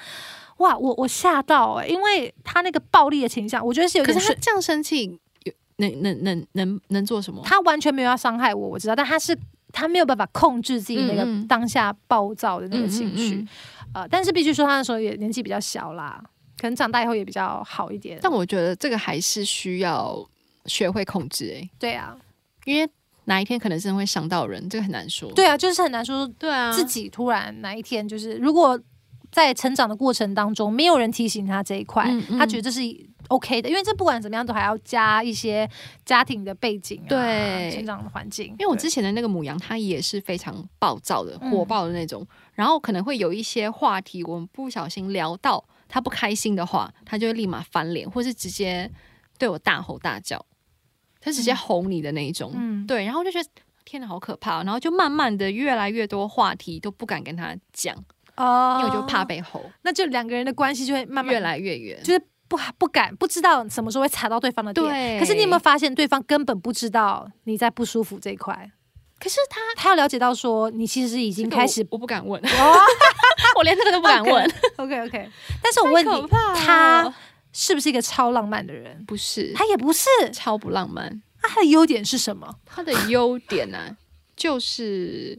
S1: 哇，我我吓到哎、因为他那个暴力的倾向，我觉得是有
S2: 可
S1: 点
S2: 是他
S1: 水，
S2: 这样生气，有能能能能能做什么？
S1: 他完全没有要伤害我，我知道，但他是他没有办法控制自己那
S2: 嗯嗯
S1: 个当下暴躁的那个
S2: 嗯
S1: 情绪，
S2: 嗯嗯
S1: 呃，但是必须说他那时候也年纪比较小啦，可能长大以后也比较好一点。
S2: 但我觉得这个还是需要学会控制，哎，
S1: 对啊，
S2: 因为哪一天可能真的会伤到人，这个很难说。
S1: 对啊，就是很难说
S2: 对啊，
S1: 自己突然哪一天就是，如果在成长的过程当中，没有人提醒他这一块，
S2: 嗯嗯
S1: 他觉得这是 OK 的，因为这不管怎么样都还要加一些家庭的背景、啊，
S2: 对
S1: 成长的环境。
S2: 因为我
S1: 对
S2: 之前的那个母羊，它也是非常暴躁的、
S1: 嗯
S2: 火爆的那种，然后可能会有一些话题，我们不小心聊到它不开心的话，它就会立马翻脸，或是直接对我大吼大叫，它直接吼你的那一种。
S1: 嗯
S2: 对，然后我就觉得天哪，好可怕哦！然后就慢慢的越来越多话题都不敢跟他讲，因
S1: 哦
S2: 为我就怕，被吼，
S1: 那就两个人的关系就会慢慢
S2: 越来越远。
S1: 就是不不敢不知道什么时候会踩到对方的点。
S2: 对，
S1: 可是你有没有？发现，对方根本不知道你在不舒服这一块？
S2: 可是他
S1: 他要了解到说，你其实已
S2: 已
S1: 经开 始
S2: 我不敢问，
S1: 哦
S2: 我连这个都不 敢问。
S1: OK OK，但是我问
S2: 可
S1: 你，
S2: 怕
S1: 他
S2: 哦
S1: 是不是一个超浪漫的人？
S2: 不是
S1: 他也不是，
S2: 超不浪漫。
S1: 那他的优点是什么？
S2: 他的优点呢、就是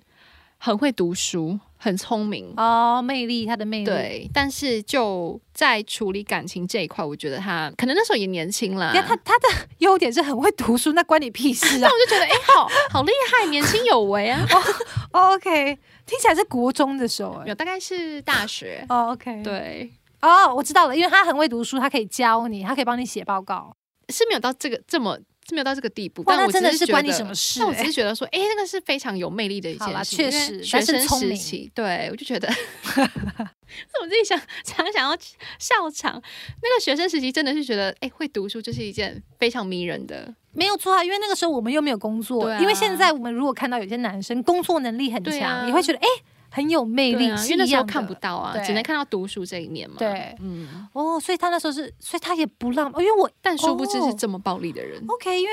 S2: 很会读书，很聪明，
S1: 哦，嗯魅力，他的魅力，，
S2: 对，但是就在处理感情这一块，我觉得他可能那时候也年轻啦。
S1: 你看他他的优点是很会读书，那关你屁事 啊
S2: 但我就觉得，哎、好好厉害，年轻有为 啊！
S1: 哦？OK，听起来是国中的时候哎
S2: 没有，大概是大学，
S1: 哦，OK，，
S2: 对，
S1: 哦，我知道了，因为他很会读书，他可以教你，他可以帮你写报告。
S2: 是没有到这个这么是没有到这个地步，
S1: 哇
S2: 但
S1: 那
S2: 我
S1: 真的
S2: 只
S1: 是
S2: 觉
S1: 关你
S2: 得
S1: 什么事
S2: 但我
S1: 欸
S2: 只是觉得说，哎、那个是非常有魅力的一件
S1: 好啦
S2: 事情，
S1: 确
S2: 因为
S1: 实
S2: 学
S1: 但是
S2: 生
S1: 聪
S2: 时
S1: 明
S2: 期，对我就觉得， 我自己想常想要笑场。那个学生时期真的是觉得，哎、会读书就是一件非常迷人的，
S1: 没有错啊，因为那个时候我们又没有工作，
S2: 对啊
S1: 因为现在我们如果看到有些男生工作能力很
S2: 对
S1: 强，
S2: 啊
S1: 你会觉得哎、很有魅力，
S2: 对啊，
S1: 是
S2: 因为那
S1: 一
S2: 时候
S1: 样的
S2: 看不到啊，只
S1: 对
S2: 能看到读书这一面嘛。，
S1: 对
S2: 嗯，
S1: 哦，所以他那时候是，所以他也不浪，哦因为我
S2: 但殊不知
S1: 哦
S2: 是这么暴力的人，
S1: OK，因为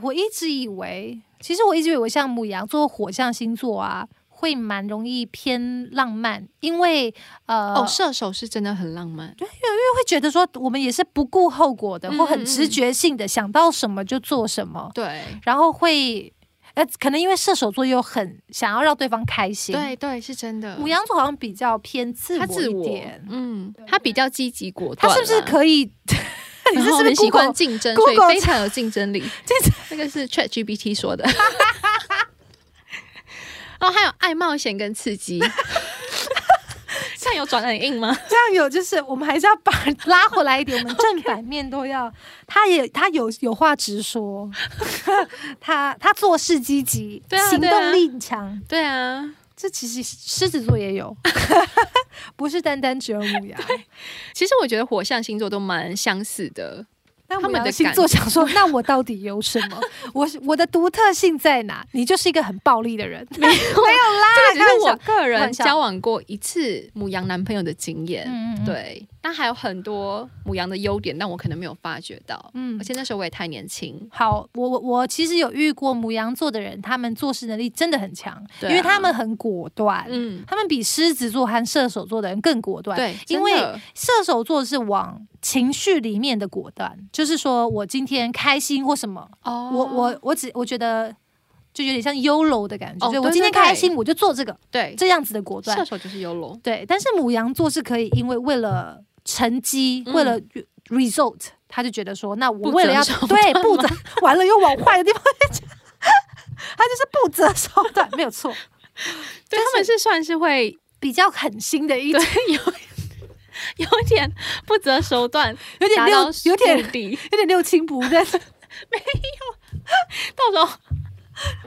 S1: 我一直以为，其实我一直以为像母羊座、火象星座啊，会蛮容易偏浪漫，因为呃，
S2: 哦，射手是真的很浪漫，
S1: 会觉得说我们也是不顾后果的，
S2: 嗯
S1: 或很直觉性的，想到什么就做什么，
S2: 对。
S1: 然后会，呃，可能因为射手座又很想要让对方开心，
S2: 对对，是真的。
S1: 母羊座好像比较偏自我
S2: 他
S1: 啊
S2: 自
S1: 一
S2: 我
S1: 点，，
S2: 嗯，他比较积极果
S1: 他
S2: 断啦。
S1: 是不是可以？ 你
S2: 然
S1: 是
S2: 后
S1: 是不是
S2: 很喜
S1: Google-
S2: 欢竞争，所
S1: Google-
S2: 以非常有 竞争力。那个是 Chat GPT 说 的。然后哦还有爱冒险跟刺 激，这样有转得很硬吗？
S1: 这样有就是我们还是要把 拉回来一点，我们正反面都 要。他也他有有话直说， 他他做事积极，
S2: 对啊
S1: 行
S2: 对啊
S1: 动力强。
S2: 对啊，
S1: 这其实狮子座也 有，不是单单只有母羊。
S2: 其实我觉得火象星座都蛮相似的。
S1: 那
S2: 他
S1: 母
S2: 们
S1: 羊
S2: 的
S1: 星
S2: 感
S1: 座想说，那我到底有什么？我我的独特性在哪？你就是一个很暴力的 人，没有啦，
S2: 这个只
S1: 开
S2: 是
S1: 玩
S2: 我
S1: 笑。
S2: 个
S1: 开
S2: 人
S1: 玩笑
S2: 交往过一次母羊男朋友的经验。
S1: 嗯嗯，
S2: 对，但还有很多母羊的优点，但我可能没有发觉到。
S1: 嗯
S2: 而且那时候我也太年轻。
S1: 好，我我我其实有遇过母羊座的人，他们做事能力真的很强，
S2: 对啊
S1: 因为他们很果断。
S2: 嗯，
S1: 他们比狮子座和射手座的人更果断。，
S2: 对，
S1: 因为
S2: 真的
S1: 射手座是往情绪里面的果断，就是说我今天开心或什么，
S2: 哦，
S1: 我我我只我觉得就有点像 YOLO 的感觉，
S2: 哦
S1: 就
S2: 对
S1: 我今天
S2: 对对
S1: 开心我就做这个
S2: 对
S1: 这样子的果
S2: 射
S1: 断。
S2: 手就是优柔，
S1: 对，但是母羊座是可以因为为了成绩，
S2: 嗯
S1: 为了 result，他就觉得说，那我
S2: 不
S1: 为了
S2: 择
S1: 要
S2: 手
S1: 对
S2: 段
S1: 不
S2: 吗
S1: 择，完了又往坏的地方去讲，他就是不择手段，没有错，
S2: 对他们是算是会
S1: 比较狠心的一
S2: 对有 有点不择手 段，
S1: 有点
S2: 达
S1: 六
S2: 到，
S1: 有点
S2: 目的，
S1: 有点六亲不认。
S2: 到时候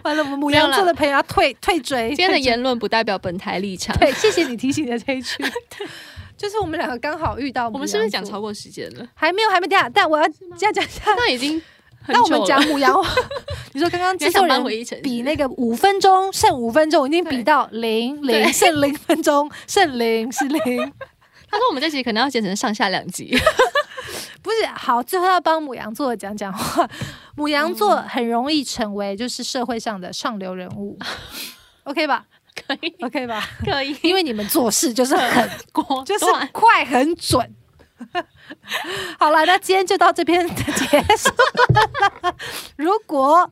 S1: 完了，我们母
S2: 没有
S1: 羊
S2: 啦
S1: 座的朋友要退退追。
S2: 今天的
S1: 退追
S2: 言论不代表本台立场。
S1: 对，谢谢你提醒的这一 句。就是我们两个刚好遇到母羊座，
S2: 我们是不是讲超过时间了？
S1: 还没有还没讲，但我要这样讲一下。
S2: 那已经很久了
S1: 那我们讲母羊， 你说刚刚
S2: 你
S1: 制
S2: 还
S1: 作
S2: 想搬
S1: 人
S2: 回一城
S1: 比那个五分钟剩五分钟，我已经
S2: 对
S1: 比到零零
S2: 对
S1: 剩零分钟剩零是零，
S2: 他说我们这集可能要剪成上下两 集，
S1: 不是好。最后要帮母羊座讲讲话，母羊座很容易成为就是社会上的上流人 物，OK 吧
S2: 可以
S1: ？OK 吧？
S2: 可以，
S1: 因为你们做事就是很
S2: 果
S1: 就是
S2: 断
S1: 快很准。 好了，那今天就到这边 结束了。如果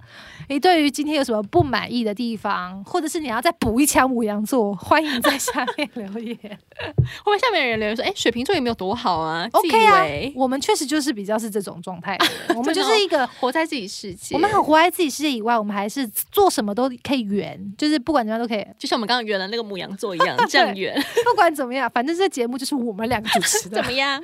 S1: 你对于今天有什么不满意的地方，或者是你要再补一枪母羊座，欢迎在下面留 言。
S2: 会不会下面有人留言说，哎，水瓶座也没有多好啊
S1: OK
S2: 自以
S1: 啊
S2: 为，
S1: 我们确实就是比较是这种状态的人，我们 就
S2: 真的哦
S1: 是一个。
S2: 活在自己世界。
S1: 我们很活在自己世界以外，我们还是做什么都可以圆，就是不管怎么样都可以，
S2: 就像我们刚刚圆了那个母羊座一 样，这样圆
S1: 不管怎么样，反正这节目就是我们两个主持的
S2: 怎。么样？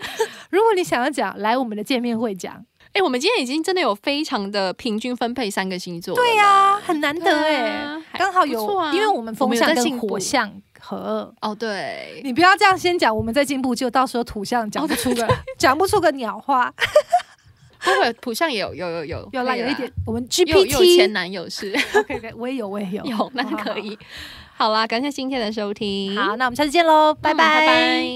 S1: 如果你想要讲，来我们的见面会讲，
S2: 哎、我们今天已经真的有非常的平均分配三个星座了呢。
S1: 对呀、很难得
S2: 对
S1: 哎、
S2: 啊还
S1: 刚好
S2: 不
S1: 有，
S2: 错啊
S1: 因为我们风
S2: 我
S1: 象
S2: 们有在
S1: 跟
S2: 进步
S1: 火象合。
S2: 哦，对，
S1: 你不要这样先讲，我们在进步，就到时候土象讲不出 个讲、不出个鸟话。
S2: 会不会土象也有有有有
S1: 有啦，
S2: 可以
S1: 有一点，我们
S2: 有有前
S1: GPT
S2: 男友 是
S1: OK OK，我也有，我也有，
S2: 有，那可以。哦好啦，感谢今天的收听，
S1: 好。好，那我们下次见喽，拜
S2: 拜拜拜。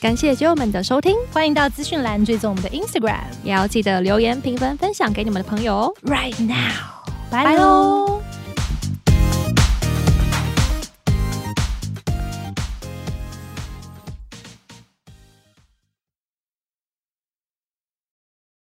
S3: 感谢酒友们的收听，
S1: 欢迎到资讯栏追踪我们的 Instagram
S3: 也要记得留言、评分、分享给你们的朋友哦。
S1: right now，拜
S3: 拜
S1: 喽。
S3: 喽。